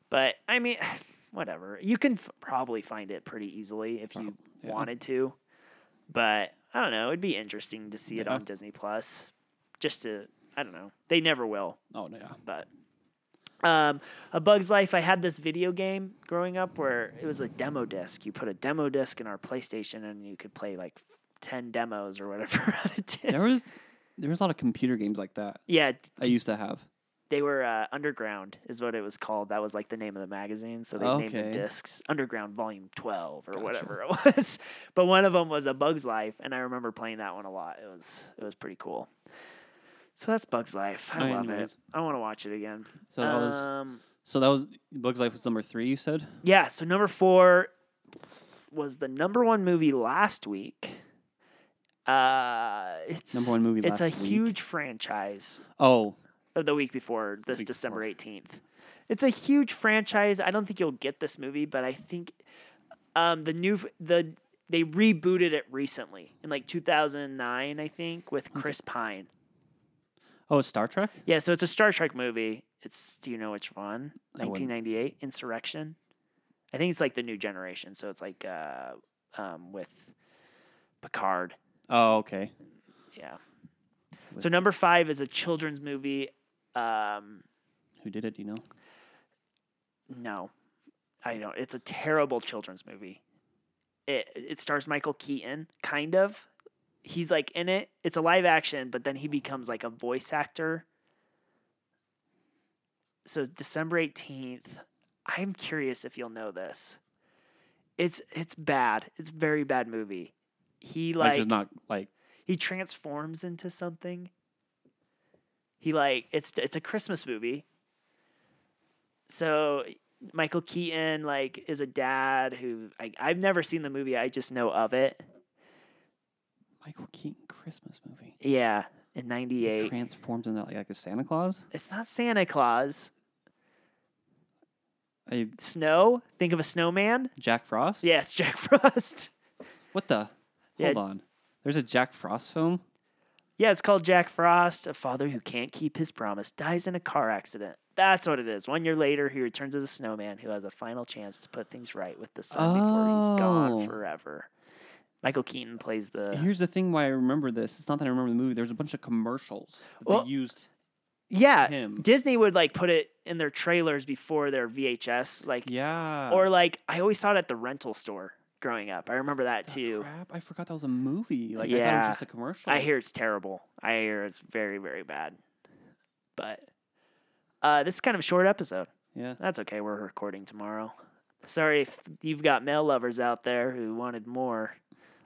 But I mean, whatever. You can f- probably find it pretty easily if you yeah. wanted to. But I don't know. It'd be interesting to see it Yeah. on Disney Plus. Just to, I don't know. They never will. oh no, yeah. But um, A Bug's Life, I had this video game growing up where it was a demo disc. You put a demo disc in our PlayStation and you could play like 10 demos or whatever on a disc. there was there was a lot of computer games like that yeah, I used to have. they were uh, underground is what it was called that was like the name of the magazine so they named Okay. the discs underground volume 12 or Gotcha. whatever it was but one of them was a bug's life and i remember playing that one a lot it was it was pretty cool so that's bug's life i Alright, love it anyways. i want to watch it again So that was um, so that was Bugs Life was number three. You said yeah so number four was the number one movie last week uh it's number one movie. it's a last week. huge franchise Oh, of the week before this Week December 18th. It's a huge franchise. I don't think you'll get this movie, but I think um, the new the they rebooted it recently in like 2009, I think, with Chris Pine. oh, it's Star Trek. Yeah, so it's a Star Trek movie. It's do you know which one? I wouldn't. 1998 Insurrection. I think it's like the new generation, so it's like uh, um, with Picard. Oh, okay. Yeah. With- So number five is a children's movie. Um, Who did it? Do you know? No, I don't. It's a terrible children's movie. It it stars Michael Keaton, kind of. He's like in it. It's a live action, but then he becomes like a voice actor. So December eighteenth. I'm curious if you'll know this. It's it's bad. It's a very bad movie. He Like, like just not like he transforms into something. He like it's it's a Christmas movie. So Michael Keaton like is a dad who I, I've never seen the movie. I just know of it. Michael Keaton Christmas movie. Yeah, in He '98. Transforms into like, like a Santa Claus. it's not Santa Claus. A Snow. Think of a snowman. Jack Frost. Yeah, it's Jack Frost. What the? Yeah. Hold on. There's a Jack Frost film. Yeah, it's called Jack Frost. A father who can't keep his promise dies in a car accident. That's what it is. One year later, he returns as a snowman who has a final chance to put things right with the sun before he's Oh. gone forever. Michael Keaton plays the. Here's the thing: why I remember this. It's not that I remember the movie. There's a bunch of commercials that Well- uh, they used yeah, him. Disney would like put it in their trailers before their VHS, like yeah. or like I always saw it at the rental store growing up. I remember that Ah, too. Crap! I forgot that was a movie. Like I thought it was Yeah. just a commercial. I hear it's terrible. I hear it's very very bad. But uh, this is kind of a short episode. Yeah. That's okay. We're recording tomorrow. Sorry if you've got male lovers out there who wanted more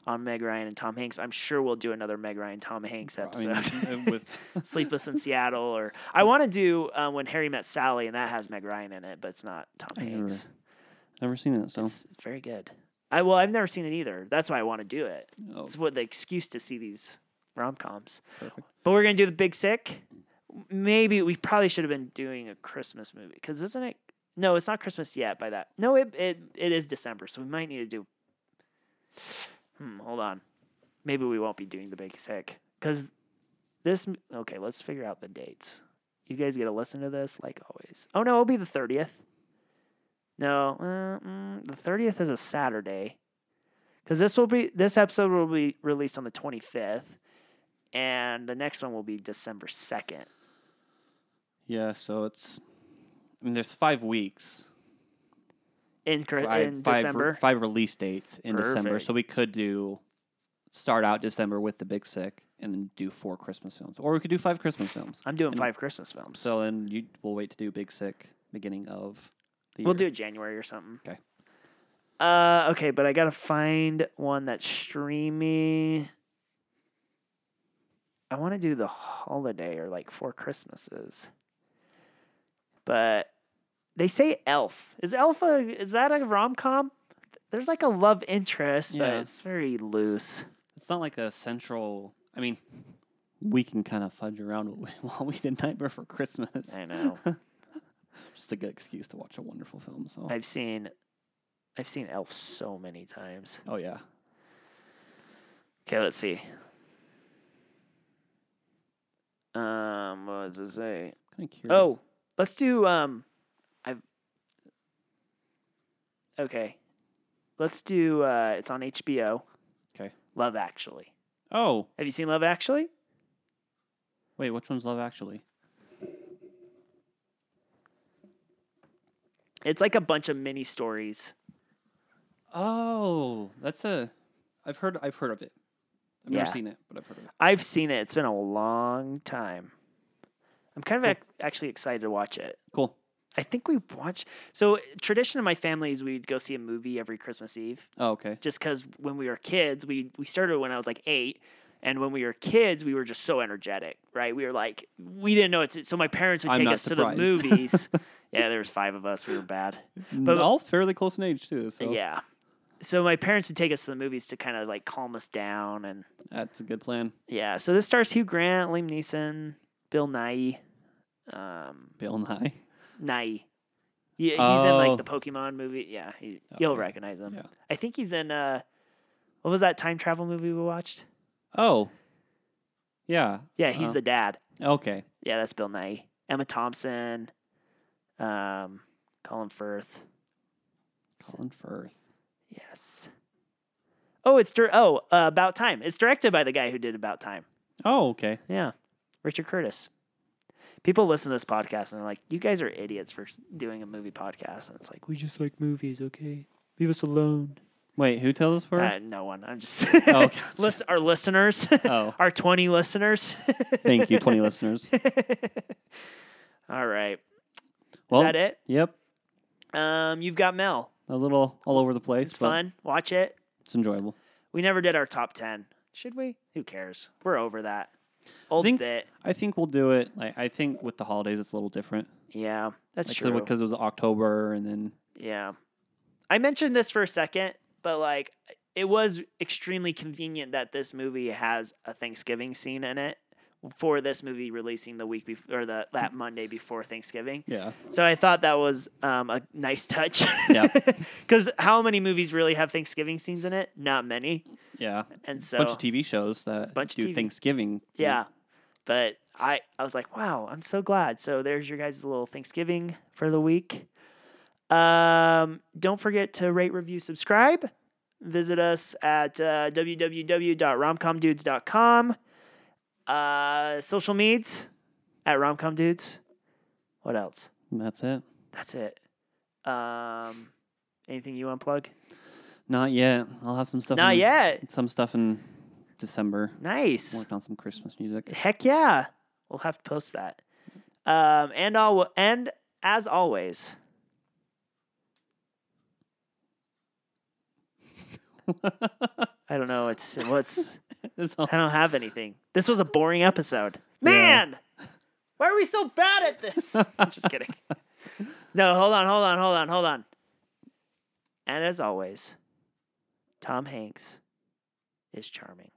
on Meg Ryan and Tom Hanks. I'm sure we'll do another Meg Ryan Tom Hanks I mean, episode. uh, with Sleepless in Seattle, or I want to do uh, when Harry met Sally, and that has Meg Ryan in it, but it's not Tom I never- Hanks. never seen it, so It's, it's very good. I well, I've never seen it either. That's why I want to do it. oh, It's what the excuse to see these rom coms. perfect. But we're gonna do the Big Sick. Maybe we probably should have been doing a Christmas movie because isn't it? No, it's not Christmas yet. By that, no, it it, it is December, so we might need to do. Hmm, hold on. Maybe we won't be doing the Big Sick because this. m- Okay, let's figure out the dates. You guys get to listen to this like always. Oh no, it'll be the thirtieth. No, uh, mm, the thirtieth is a Saturday, because this will be this episode will be released on the twenty fifth and the next one will be December 2nd. Yeah, so it's. I mean, there's five weeks, In, cor- five, in five re- December. five release dates in December. So Perfect. we could do start out December with the Big Sick, and then do four Christmas films, or we could do five Christmas films. I'm doing in- five Christmas films. So then you, we'll wait to do Big Sick beginning of. the We'll do year. it January or something. 'Kay. Uh, okay, but I gotta find one that's streaming. I want to do the holiday or like four Christmases, but they say Elf. Is Elf a is that a rom com? There's like a love interest, Yeah. but it's very loose. It's not like a central. I mean, we can kind of fudge around what we- while we did Nightmare for Christmas. I know. Just a good excuse to watch a wonderful film. So. I've seen, I've seen Elf so many times. oh yeah. Okay, let's see. Um, what does it say? Kind of curious. Oh, let's do um, I've. Okay, let's do. Uh, it's on HBO. 'Kay. Love Actually. Oh. Have you seen Love Actually? Wait, which one's Love Actually? It's like a bunch of mini stories. Oh, that's a. I've heard. I've heard of it. I've Yeah. never seen it, but I've heard of it. I've seen it. It's been a long time. I'm kind of Cool. ac- actually excited to watch it. Cool. I think we watch. So tradition in my family is we'd go see a movie every Christmas Eve, Oh, okay. just because when we were kids, we we started when I was like eight, and when we were kids, we were just so energetic, right? We were like, we didn't know it's so. My parents would I'm take not us surprised. to the movies. yeah, there was five of us. We were bad. But all fairly close in age too. So Yeah. So my parents would take us to the movies to kind of like calm us down and that's a good plan. yeah. So this stars Hugh Grant, Liam Neeson, Bill Nye, um, Bill Nye. Nye. Yeah, he's in Oh. like the Pokemon movie. Yeah, he, you'll Okay. recognize him. Yeah. I think he's in uh, what was that time travel movie we watched? Oh. Yeah. Yeah, he's Uh, the dad. Okay. Yeah, that's Bill Nye. Emma Thompson, um, Colin Firth. Colin Firth. Yes. Oh, it's dir- oh uh, about time. It's directed by the guy who did About Time. Oh, okay. Yeah, Richard Curtis. People listen to this podcast and they're like, "You guys are idiots for s- doing a movie podcast." And it's like, we just like movies, okay? Leave us alone. Wait, who tells us where? Uh, no one. I'm just Oh, List, our listeners, oh, our 20 listeners. thank you, twenty listeners. All right. Well, Is that it? Yep. Um, you've got Mel. A little all over the place. It's but fun. Watch it. It's enjoyable. We never did our top 10. Should we? Who cares? We're over that. Old think- bit. I think we'll do it. Like I think with the holidays, it's a little different. Yeah, that's like, true. Because it was October, and then Yeah. I mentioned this for a second, but like it was extremely convenient that this movie has a Thanksgiving scene in it for this movie releasing the week before or the that Monday before Thanksgiving. Yeah. So I thought that was um, a nice touch. Yeah. Because how many movies really have Thanksgiving scenes in it? Not many. Yeah. And so bunch of TV shows that Bunch of do TV. Thanksgiving. Yeah. But I, I was like, wow, I'm so glad. So there's your guys' little Thanksgiving for the week. Um, don't forget to rate, review, subscribe. Visit us at uh, www.romcomdudes.com. Uh, social meds at romcomdudes. What else? And that's it. That's it. Um, anything you unplug? Not yet. I'll have some stuff. Not in, yet. Some stuff in December. Nice. Working on some Christmas music. Heck yeah. We'll have to post that. Um, and all and as always, I don't know what's what's That's all. I don't have anything. This was a boring episode. Man, why are we so bad at this? Just kidding. No, hold on, hold on, hold on, hold on. And as always, Tom Hanks is charming.